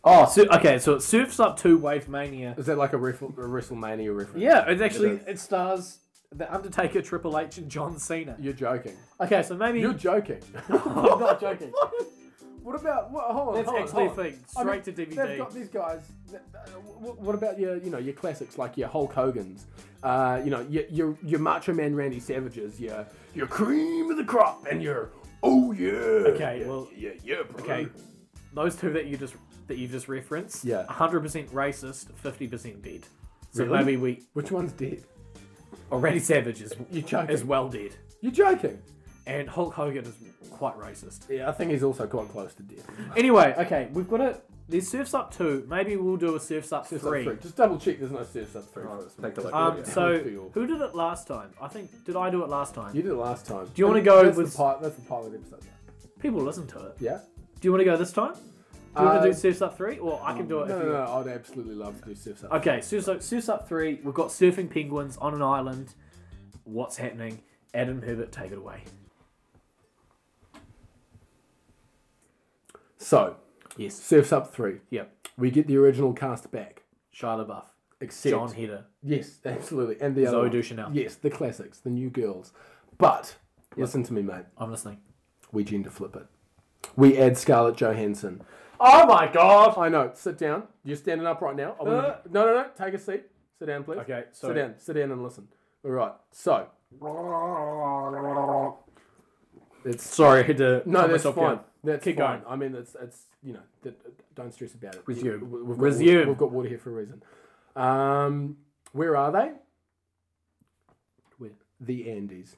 Speaker 2: Oh, so, okay. So it surfs up to Wave Mania.
Speaker 1: Is that like a, ref- a WrestleMania reference?
Speaker 2: Yeah, it's actually
Speaker 1: is.
Speaker 2: it stars the Undertaker, Triple H, and John Cena.
Speaker 1: You're joking.
Speaker 2: Okay, so maybe
Speaker 1: You're joking. I'm not joking. What about what, hold on?
Speaker 2: That's
Speaker 1: hold on,
Speaker 2: actually
Speaker 1: hold on.
Speaker 2: a thing.
Speaker 1: I mean,
Speaker 2: Straight to
Speaker 1: They've
Speaker 2: DVD.
Speaker 1: got these guys. that- uh, wh- What about your, you know, your classics like your Hulk Hogan's, uh, you know, your, your your Macho Man Randy Savages, your your cream of the crop, and your oh yeah.
Speaker 2: Okay,
Speaker 1: yeah,
Speaker 2: well-
Speaker 1: yeah, yeah, bro.
Speaker 2: okay, those two that you just that you just referenced.
Speaker 1: Yeah.
Speaker 2: 100% racist, 50% dead. So
Speaker 1: Really?
Speaker 2: maybe we
Speaker 1: Which one's dead?
Speaker 2: already Savage is
Speaker 1: You're joking.
Speaker 2: is well dead,
Speaker 1: You're joking.
Speaker 2: and Hulk Hogan is quite racist.
Speaker 1: Yeah, I think he's also quite close to death.
Speaker 2: Anyway, okay, we've got a there's Surfs Up two. Maybe we'll do a Surfs Up
Speaker 1: Surf's
Speaker 2: three.
Speaker 1: Up three. Just double check. There's no surfs up three.
Speaker 3: Oh,
Speaker 1: for us,
Speaker 3: take a
Speaker 1: mate.
Speaker 3: look.
Speaker 2: Um,
Speaker 3: Yeah.
Speaker 2: so
Speaker 1: Feel.
Speaker 2: who did it last time? I think did I do it last time?
Speaker 1: you did it last time. Do
Speaker 2: you wanna go
Speaker 1: That's
Speaker 2: with-
Speaker 1: the pilot? That's the pilot episode.
Speaker 2: People listen to it.
Speaker 1: Yeah.
Speaker 2: Do you want to go this time? Do you want
Speaker 1: Uh,
Speaker 2: to do Surfs Up three, or I can do it?
Speaker 1: No,
Speaker 2: if
Speaker 1: no,
Speaker 2: you...
Speaker 1: no. I'd absolutely love to do surfs up.
Speaker 2: Okay, Surf's Up, Surf's Up 3. We've got surfing penguins on an island. What's happening? Adam Herbert, take it away.
Speaker 1: So,
Speaker 2: Yes.
Speaker 1: surfs up three.
Speaker 2: Yep.
Speaker 1: We get the original cast back,
Speaker 2: Shia LaBeouf.
Speaker 1: except
Speaker 2: John Heder.
Speaker 1: yes, absolutely, and the
Speaker 2: Zoe
Speaker 1: other
Speaker 2: Deschanel.
Speaker 1: Yes, the classics, the new girls. But listen to me, mate.
Speaker 2: I'm listening.
Speaker 1: We gender flip it. We add Scarlett Johansson.
Speaker 2: Oh my god!
Speaker 1: I know. Sit down. You're standing up right now. I wanna-
Speaker 2: Uh.
Speaker 1: no, no, no. Take a seat. Sit down, please.
Speaker 2: Okay, so-
Speaker 1: sit down. Sit down and listen. All right. So it's
Speaker 2: Sorry, I had to.
Speaker 1: no,
Speaker 2: calm
Speaker 1: that's
Speaker 2: myself
Speaker 1: fine.
Speaker 2: down.
Speaker 1: That's
Speaker 2: Keep
Speaker 1: fine.
Speaker 2: going.
Speaker 1: I mean, it's it's you know, th- don't stress about it.
Speaker 2: Resume.
Speaker 1: We- We've got,
Speaker 2: Resume.
Speaker 1: We've got water here for a reason. Um, where are they?
Speaker 2: Where?
Speaker 1: The Andes.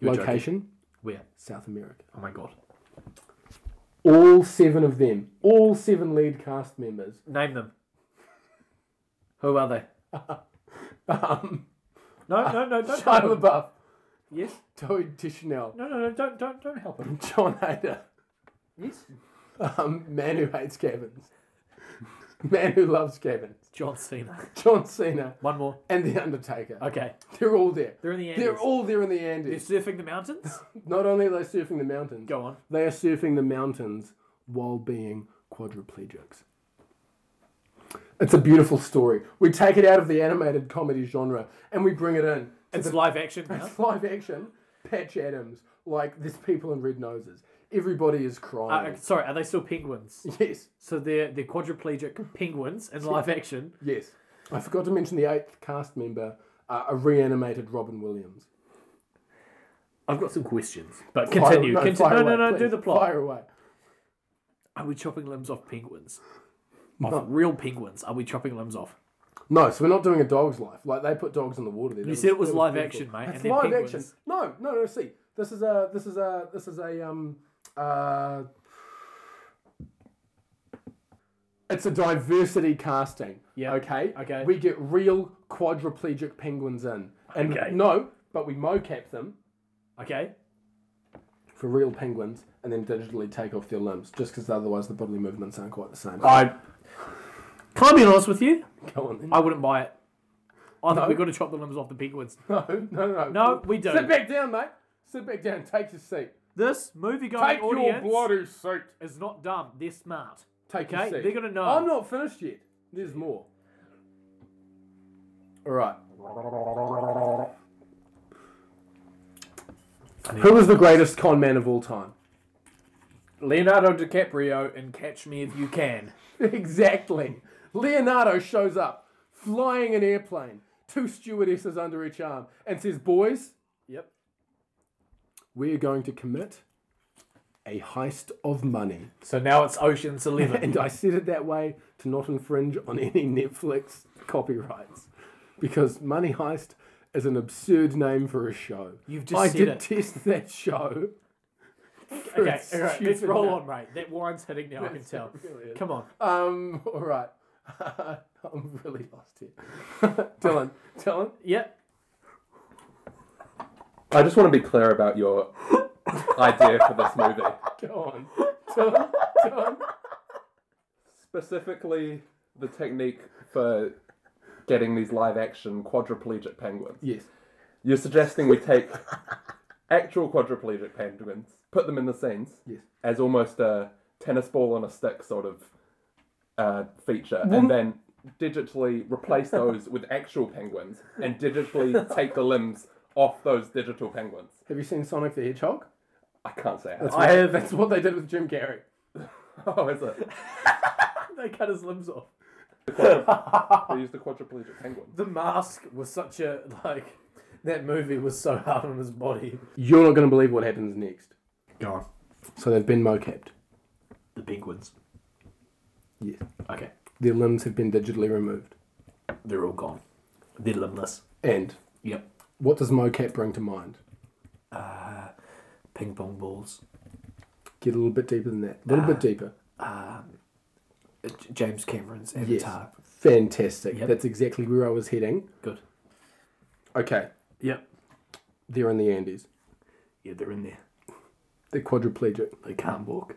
Speaker 2: You're joking.
Speaker 1: Location:
Speaker 2: Where?
Speaker 1: South America.
Speaker 2: Oh my god.
Speaker 1: All seven of them, all seven lead cast members,
Speaker 2: Name them. Who are they?
Speaker 1: um,
Speaker 2: No, no, no, don't
Speaker 1: Shia
Speaker 2: help him.
Speaker 1: LaBeouf,
Speaker 2: Yes?
Speaker 1: Zoe Deschanel,
Speaker 2: No, no, no, don't, don't, don't help him.
Speaker 1: John Hader,
Speaker 2: Yes?
Speaker 1: um, man who hates cabins, man who loves cabins,
Speaker 2: John Cena.
Speaker 1: John Cena,
Speaker 2: One more.
Speaker 1: and The Undertaker.
Speaker 2: Okay.
Speaker 1: They're all there.
Speaker 2: They're in the Andes.
Speaker 1: They're all there in the
Speaker 2: They're
Speaker 1: Andes.
Speaker 2: surfing the mountains?
Speaker 1: Not only are they surfing the mountains,
Speaker 2: Go on.
Speaker 1: they are surfing the mountains while being quadriplegics. It's a beautiful story. We take it out of the animated comedy genre and we bring it in. to
Speaker 2: It's
Speaker 1: the
Speaker 2: live action now.
Speaker 1: It's live action. Patch Adams, like there's people in red noses. Everybody is
Speaker 2: Uh,
Speaker 1: crying.
Speaker 2: okay, sorry, are they still penguins?
Speaker 1: yes,
Speaker 2: So they're they're quadriplegic penguins in live action.
Speaker 1: yes. I forgot to mention the eighth cast member, uh, a reanimated Robin Williams.
Speaker 2: I've got some questions, but
Speaker 1: Fire-
Speaker 2: continue.
Speaker 1: no,
Speaker 2: conti-
Speaker 1: fire
Speaker 2: no, no,
Speaker 1: away,
Speaker 2: no, do
Speaker 1: please.
Speaker 2: the plot.
Speaker 1: Fire away.
Speaker 2: Are we chopping limbs off penguins? Of real penguins, are we chopping limbs off?
Speaker 1: No, so we're not doing a dog's life. Like they put dogs in the water. There. You
Speaker 2: said it was live action, mate,
Speaker 1: It's
Speaker 2: and they're
Speaker 1: live
Speaker 2: penguins.
Speaker 1: action. No, no, no. See, this is a, this is a, this is a, um, uh, it's a diversity casting.
Speaker 2: Yeah.
Speaker 1: Okay.
Speaker 2: Okay.
Speaker 1: We get real quadriplegic penguins in, and
Speaker 2: Okay.
Speaker 1: no, but we mocap them
Speaker 2: Okay.
Speaker 1: for real penguins, and then digitally take off their limbs, just because otherwise the bodily movements aren't quite the same.
Speaker 2: I can I be honest with you?
Speaker 1: Go on then.
Speaker 2: I wouldn't buy it. I think
Speaker 1: No.
Speaker 2: we've got to chop the limbs off the penguins.
Speaker 1: No, no, no.
Speaker 2: No, we don't.
Speaker 1: Sit back down, mate. Sit back down. Take your seat.
Speaker 2: This movie going
Speaker 1: Take
Speaker 2: audience
Speaker 1: your bloody seat.
Speaker 2: is not dumb. They're smart.
Speaker 1: Take
Speaker 2: Okay,
Speaker 1: your seat.
Speaker 2: they're gonna know.
Speaker 1: I'm not finished yet. There's more. All right. Who was the greatest con man of all time?
Speaker 2: Leonardo DiCaprio and Catch Me If You Can.
Speaker 1: exactly. Leonardo shows up, flying an airplane, two stewardesses under each arm, and says, "Boys,
Speaker 2: Yep.
Speaker 1: we're going to commit a heist of money."
Speaker 2: So now it's Ocean's Eleven.
Speaker 1: And I said it that way to not infringe on any Netflix copyrights. Because Money Heist is an absurd name for a show.
Speaker 2: You've just
Speaker 1: I
Speaker 2: said it.
Speaker 1: detest that show. for
Speaker 2: Okay,
Speaker 1: its
Speaker 2: all right, let's
Speaker 1: stupid
Speaker 2: roll
Speaker 1: name.
Speaker 2: on, mate. That wine's hitting now, I can tell.
Speaker 1: really is.
Speaker 2: Come on.
Speaker 1: Um, all right. I'm really lost here. Dylan, Dylan,
Speaker 2: Yep.
Speaker 3: I just want to be clear about your idea for this movie.
Speaker 1: go on. Dylan, Dylan.
Speaker 3: Specifically, the technique for getting these live action quadriplegic penguins.
Speaker 1: Yes.
Speaker 3: You're suggesting we take actual quadriplegic penguins, put them in the scenes
Speaker 1: Yes.
Speaker 3: as almost a tennis ball on a stick sort of uh, feature, and then digitally replace those with actual penguins and digitally take the limbs off those digital penguins.
Speaker 1: Have you seen Sonic the Hedgehog?
Speaker 3: I can't say
Speaker 1: That's
Speaker 3: how.
Speaker 2: I
Speaker 1: what-
Speaker 2: have-
Speaker 1: That's what they did with Jim Carrey.
Speaker 3: Oh, is it?
Speaker 1: They cut his limbs off.
Speaker 3: They used the quadriplegic penguin.
Speaker 2: The mask was such a like that movie was so hard on his body.
Speaker 1: You're not going to believe what happens next.
Speaker 2: Go on.
Speaker 1: So they've been mocapped.
Speaker 2: The penguins.
Speaker 1: Yes.
Speaker 2: Okay.
Speaker 1: Their limbs have been digitally removed.
Speaker 2: They're all gone. They're limbless.
Speaker 1: And
Speaker 2: Yep.
Speaker 1: what does mocap bring to mind?
Speaker 2: Ping pong balls.
Speaker 1: Get a little bit deeper than that. A little
Speaker 2: Ah.
Speaker 1: bit deeper.
Speaker 2: Uh, J- James Cameron's
Speaker 1: Yes.
Speaker 2: Avatar.
Speaker 1: Fantastic.
Speaker 2: Yep.
Speaker 1: That's exactly where I was heading.
Speaker 2: Good.
Speaker 1: Okay.
Speaker 2: Yep.
Speaker 1: They're in the Andes.
Speaker 2: Yeah, they're in there.
Speaker 1: They're quadriplegic.
Speaker 2: They can't walk.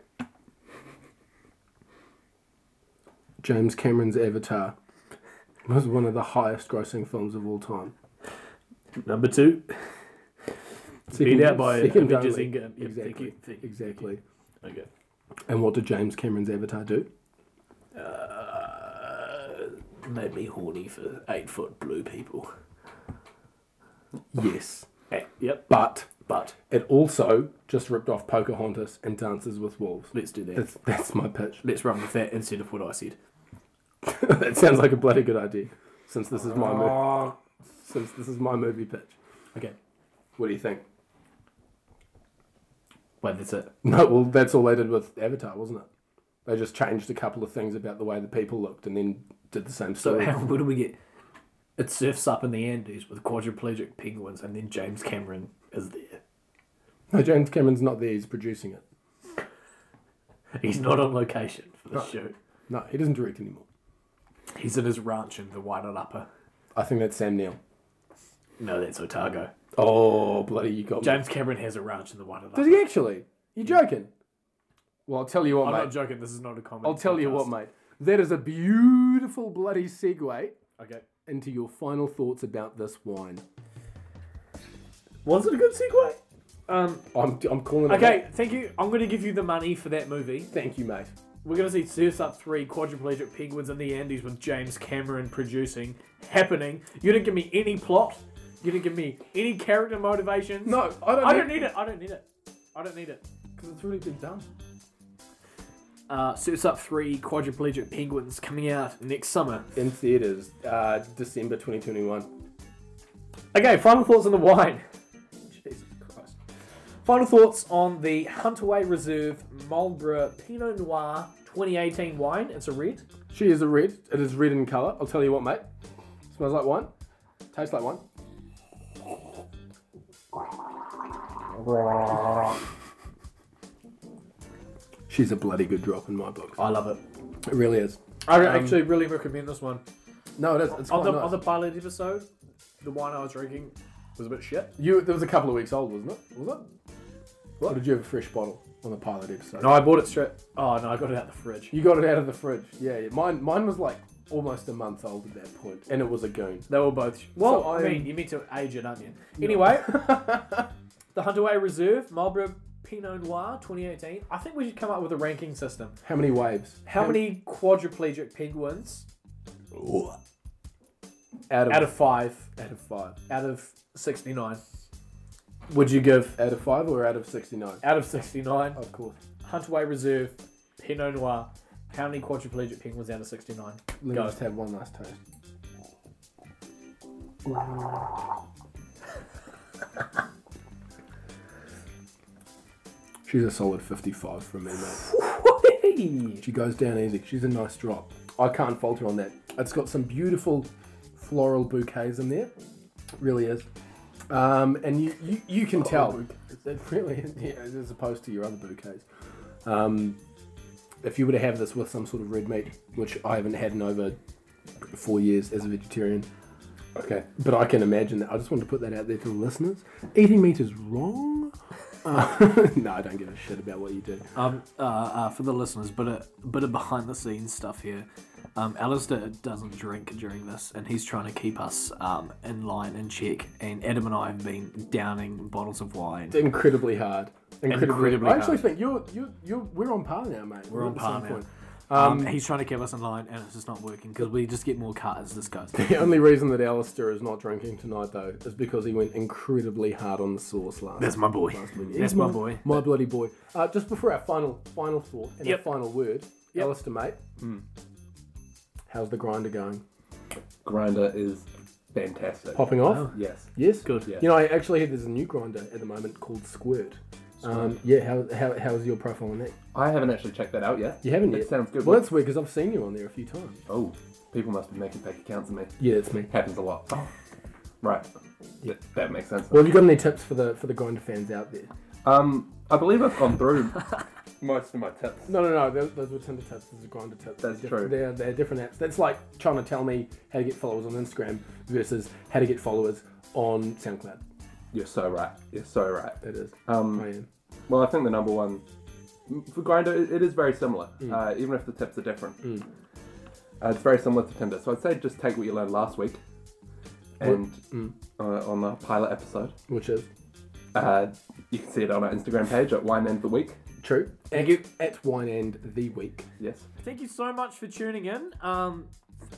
Speaker 1: James Cameron's Avatar was one of the highest grossing films of all time.
Speaker 2: Number two.
Speaker 1: Second-
Speaker 2: Beat out by
Speaker 1: second
Speaker 2: Avengers
Speaker 1: only.
Speaker 2: Endgame. Yep, thank
Speaker 1: Exactly.
Speaker 2: you, thank you,
Speaker 1: Exactly.
Speaker 2: Okay.
Speaker 1: And what did James Cameron's Avatar do?
Speaker 2: Uh, made me horny for eight foot blue people.
Speaker 1: Yes.
Speaker 2: Eh, Yep.
Speaker 1: But
Speaker 2: But
Speaker 1: it also just ripped off Pocahontas and Dances with Wolves.
Speaker 2: let's do that.
Speaker 1: That's, that's my pitch.
Speaker 2: Let's run with that instead of what I said.
Speaker 1: that sounds like a bloody good idea. Since this is my movie,
Speaker 2: Oh.
Speaker 1: since this is my movie pitch.
Speaker 2: Okay.
Speaker 1: What do you think?
Speaker 2: Wait, that's it.
Speaker 1: No, well, that's all they did with Avatar, wasn't it? They just changed a couple of things about the way the people looked, and then did the same
Speaker 2: So
Speaker 1: story.
Speaker 2: how, what do we get? It surfs up in the Andes with quadriplegic penguins, and then James Cameron is there.
Speaker 1: no, James Cameron's not there; he's producing it.
Speaker 2: He's not on location for the shoot.
Speaker 1: No, he doesn't direct anymore.
Speaker 2: He's at his ranch in the Wairarapa.
Speaker 1: I think that's Sam Neill.
Speaker 2: No, that's Otago.
Speaker 1: Oh, bloody! You got me.
Speaker 2: James Cameron has a ranch in the Wairarapa.
Speaker 1: Does he actually? You joking? Well, I'll tell you what,
Speaker 2: I'm
Speaker 1: mate.
Speaker 2: not joking. This is not a comedy.
Speaker 1: I'll tell you what,
Speaker 2: podcast.
Speaker 1: mate. That is a beautiful bloody segue
Speaker 2: Okay.
Speaker 1: into your final thoughts about this wine.
Speaker 2: Was it a good segue? Um.
Speaker 1: I'm, I'm calling it.
Speaker 2: Okay. Thank you. I'm going to give you the money for that movie.
Speaker 1: Thank you, mate.
Speaker 2: We're going to see Surf's Up 3 Quadriplegic Penguins in the Andes with James Cameron producing happening. You didn't give me any plot. You didn't give me any character motivations.
Speaker 1: No, I don't.
Speaker 2: Oh, I don't need it. I don't need it. I don't need it.
Speaker 1: because it's already been done.
Speaker 2: Uh, Surf's Up 3 Quadriplegic Penguins coming out next summer.
Speaker 1: In theaters, uh, December 2021.
Speaker 2: Okay, final thoughts on the wine.
Speaker 1: Jesus Christ.
Speaker 2: Final thoughts on the Hunterway Reserve Marlborough Pinot Noir 2018 wine. It's a red.
Speaker 1: She is a red. It is red in colour. I'll tell you what, mate. Smells like wine. Tastes like wine. She's a bloody good drop in my book.
Speaker 2: I love it. Um,
Speaker 1: It really is.
Speaker 2: I re- actually really recommend this one.
Speaker 1: No, it is. It's
Speaker 2: On
Speaker 1: quite
Speaker 2: the,
Speaker 1: nice.
Speaker 2: on the pilot episode, the wine I was drinking was a bit shit.
Speaker 1: You, there was a couple of weeks old, wasn't it? Was it? Or did you have a fresh bottle on the pilot episode?
Speaker 2: No, I bought it straight. Oh no, I got it out the fridge.
Speaker 1: You got it out of the fridge. Yeah, yeah. Mine, mine was like almost a month old at that point, and it was a goon.
Speaker 2: They were both. Well,
Speaker 1: So
Speaker 2: I
Speaker 1: I-
Speaker 2: mean, you meant to age it, aren't you? Anyway, the Hunterway Reserve Marlborough Pinot Noir 2018. I think we should come up with a ranking system.
Speaker 1: How many waves?
Speaker 2: How many quadriplegic penguins
Speaker 1: out of
Speaker 2: out of five
Speaker 1: out of five?
Speaker 2: out of 69 would you give?
Speaker 1: Out of five or out of sixty nine?
Speaker 2: Out of 69,
Speaker 1: Of course.
Speaker 2: Hunterway Reserve Pinot Noir. How many quadriplegic penguins out of 69?
Speaker 1: Let
Speaker 2: Go.
Speaker 1: me just have one last taste. She's a solid 55 from me, mate. She goes down easy. She's a nice drop. I can't fault her on that. It's got some beautiful floral bouquets in there. Really is. Um, and you, you, you can tell. It really is, yeah, as opposed to your other bouquets. Um, if you were to have this with some sort of red meat, which I haven't had in over four years as a vegetarian,
Speaker 3: Okay.
Speaker 1: but I can imagine that. I just wanted to put that out there to the listeners. Eating meat is wrong. Uh, no, I don't give a shit about what you do.
Speaker 2: Um, uh, uh, for the listeners, but a bit of behind the scenes stuff here. Um, Alistair doesn't drink during this, and he's trying to keep us um, in line and check. And Adam and I have been downing bottles of wine.
Speaker 1: incredibly hard. Incredibly,
Speaker 2: Incredibly
Speaker 1: I actually
Speaker 2: hard.
Speaker 1: think you're you you we're on par now, mate. We're,
Speaker 2: on
Speaker 1: at the
Speaker 2: par
Speaker 1: same
Speaker 2: now.
Speaker 1: point.
Speaker 2: Um, he's trying to keep us in line, and it's just not working because we just get more cut as this goes.
Speaker 1: The only reason that Alistair is not drinking tonight, though, is because he went incredibly hard on the sauce last.
Speaker 2: That's my boy.
Speaker 1: last week.
Speaker 2: That's
Speaker 1: He's
Speaker 2: my boy.
Speaker 1: My bloody boy. Uh, just before our final final thought and
Speaker 2: Yep. Hmm.
Speaker 1: our final word, Alistair, mate. How's the grinder going?
Speaker 3: Grinder is fantastic.
Speaker 1: Popping off.
Speaker 3: Yes.
Speaker 1: Yes.
Speaker 2: Oh, Good.
Speaker 1: You know, I actually heard there's a new grinder at the moment called Squirt. Um, yeah. How, how how's your profile on that?
Speaker 3: I haven't actually checked that out yet.
Speaker 1: You haven't
Speaker 3: That
Speaker 1: yet.
Speaker 3: sounds good.
Speaker 1: Well, that's weird because I've seen you on there a few times.
Speaker 3: Oh, people must be making fake accounts of me.
Speaker 1: Yeah, it's me.
Speaker 3: Happens a lot. Oh, right. Th- that makes sense.
Speaker 1: Well, have you got any tips for the for the grinder fans out there?
Speaker 3: Um, I believe I've gone through most of my tips.
Speaker 1: No, no, no. Those, those were Tinder tips. Those are grinder tips.
Speaker 3: That's
Speaker 1: they're
Speaker 3: true.
Speaker 1: Different, they're, they're different apps. That's like trying to tell me how to get followers on Instagram versus how to get followers on SoundCloud.
Speaker 3: You're so right. You're so right.
Speaker 1: It is.
Speaker 3: Um,
Speaker 1: I am.
Speaker 3: Well, I think the number one for Grinder, it is very similar,
Speaker 1: Hmm.
Speaker 3: uh, even if the tips are different.
Speaker 1: Mm.
Speaker 3: Uh, it's very similar to Tinder, so I'd say just take what you learned last week, and
Speaker 1: Hmm.
Speaker 3: uh, on the pilot episode,
Speaker 1: Which is
Speaker 3: uh, you can see it on our Instagram page at Wine End of the Week.
Speaker 1: true. Thank at, you. At wine and the week.
Speaker 3: Yes,
Speaker 2: Thank you so much for tuning in. Um,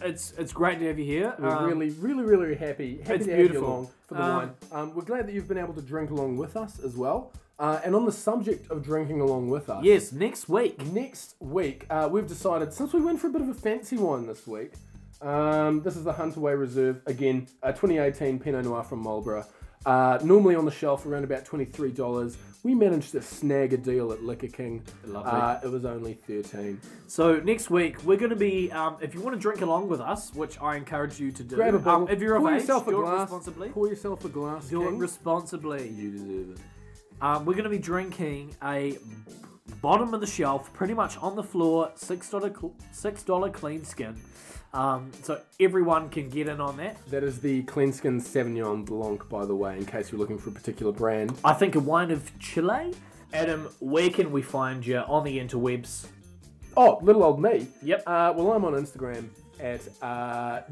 Speaker 2: it's it's great to have you here.
Speaker 1: We're
Speaker 2: Um,
Speaker 1: really, really, really, really happy. Happy
Speaker 2: it's
Speaker 1: to
Speaker 2: beautiful.
Speaker 1: have you along for the
Speaker 2: Um,
Speaker 1: wine. Um, we're glad that you've been able to drink along with us as well. Uh, and on the subject of drinking along with us,
Speaker 2: Yes, next week.
Speaker 1: Next week, uh, we've decided since we went for a bit of a fancy wine this week, um, this is the Hunterway Reserve again, a 2018 Pinot Noir from Marlborough. Uh, normally on the shelf around about $23. We managed to snag a deal at Liquor King.
Speaker 2: Lovely.
Speaker 1: Uh, it was only 13.
Speaker 2: So next week we're going to be. Um, if you want to drink along with us, which I encourage you to do,
Speaker 1: Grab a bottle.
Speaker 2: Um, if you're
Speaker 1: pour
Speaker 2: of age,
Speaker 1: yourself a
Speaker 2: do it
Speaker 1: glass.
Speaker 2: responsibly.
Speaker 1: Pour yourself a glass.
Speaker 2: Do it
Speaker 1: King.
Speaker 2: responsibly.
Speaker 1: you deserve it.
Speaker 2: Um, we're going to be drinking a bottom of the shelf, pretty much on the floor, six dollar cl- six dollar clean skin. Um, so everyone can get in on that.
Speaker 1: That is the Cleanskin Sauvignon Blanc, by the way, in case you're looking for a particular brand.
Speaker 2: I think a wine of Chile. Adam, where can we find you on the interwebs?
Speaker 1: Oh, little old me.
Speaker 2: Yep.
Speaker 1: Uh, well, I'm on Instagram at uh,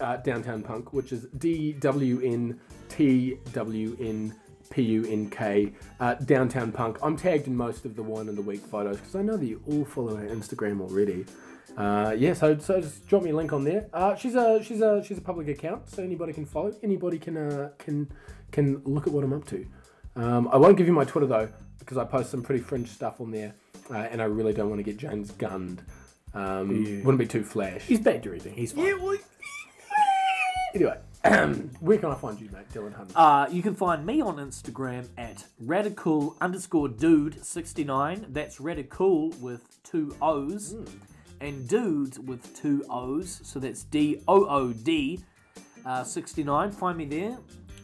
Speaker 1: uh, Downtown Punk, which is D W N T W N P U N K. Uh, Downtown Punk. I'm tagged in most of the wine of the week photos because I know that you all follow our Instagram already. Uh, yeah, so so just drop me a link on there. Uh, she's a she's a she's a public account, so anybody can follow. Anybody can uh, can can look at what I'm up to. Um, I won't give you my Twitter though because I post some pretty fringe stuff on there, uh, and I really don't want to get James gunned. Um, Wouldn't be too flash.
Speaker 2: He's back to everything. He's fine.
Speaker 1: Anyway, where can I find you, mate, Dylan Hunt?
Speaker 2: Uh, you can find me on Instagram at radical underscore dude 69. That's radical with two O's and dudes with two O's. So that's D O O D uh, 69. Find me there.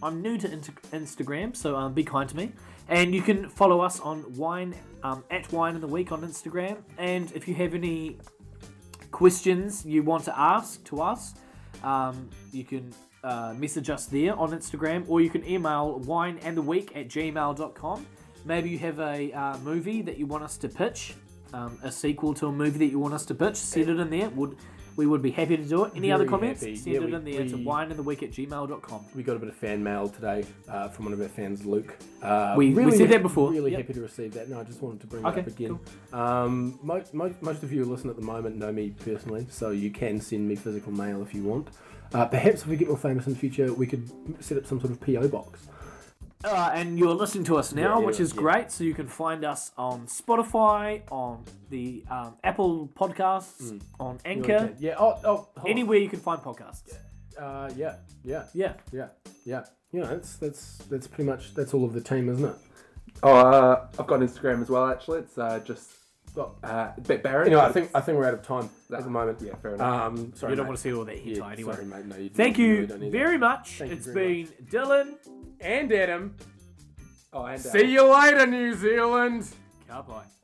Speaker 2: I'm new to int- Instagram, so um, be kind to me. And you can follow us on wine um, at wine in the week on Instagram. And if you have any questions you want to ask to us, um, you can uh, message us there on Instagram or you can email wineandtheweek at gmail.com. Maybe you have a uh, movie that you want us to pitch, um, a sequel to a movie that you want us to pitch, send it in there. Would We would be happy to do it. Any other
Speaker 1: Very
Speaker 2: comments?
Speaker 1: happy.
Speaker 2: Send
Speaker 1: Yeah,
Speaker 2: it
Speaker 1: we-
Speaker 2: in there to
Speaker 1: we-
Speaker 2: wineandtheweek at gmail.com.
Speaker 1: we got a bit of fan mail today uh, from one of our fans, Luke. Uh,
Speaker 2: We- we said that before.
Speaker 1: Really
Speaker 2: Yep.
Speaker 1: happy to receive that. No, I just wanted to bring
Speaker 2: Okay,
Speaker 1: it up again. Um, most, most, most of you who listen at the moment know me personally, so you can send me physical mail if you want. Uh, perhaps if we get more famous in the future, we could set up some sort of PO box.
Speaker 2: Uh, and you're listening to us now,
Speaker 1: Yeah,
Speaker 2: which
Speaker 1: yeah,
Speaker 2: is
Speaker 1: yeah.
Speaker 2: great. So you can find us on Spotify, on the um, Apple Podcasts,
Speaker 1: Mm.
Speaker 2: on Anchor,
Speaker 1: Yeah. Oh. oh hold on.
Speaker 2: anywhere you can find podcasts.
Speaker 1: Uh, yeah. Yeah.
Speaker 2: Yeah.
Speaker 1: Yeah. Yeah. You know, that's that's that's pretty much that's all of the team, isn't it?
Speaker 3: oh, uh, I've got Instagram as well. Actually, it's uh, just
Speaker 1: Well,
Speaker 3: uh, a bit barren.
Speaker 1: anyway, I
Speaker 3: but
Speaker 1: think I think we're out of time at the moment.
Speaker 3: yeah, fair enough.
Speaker 1: Um, sorry,
Speaker 2: You don't
Speaker 1: mate.
Speaker 2: want to see all that here
Speaker 1: Yeah,
Speaker 2: anyway.
Speaker 1: Sorry, mate. No, you
Speaker 2: Thank
Speaker 1: you
Speaker 2: you
Speaker 1: really don't need
Speaker 2: very much.
Speaker 1: Thank you
Speaker 2: It's
Speaker 1: very
Speaker 2: been Dylan.
Speaker 1: that. and Adam.
Speaker 3: oh, and, uh,
Speaker 1: See you later, New Zealand.
Speaker 2: Cowboy.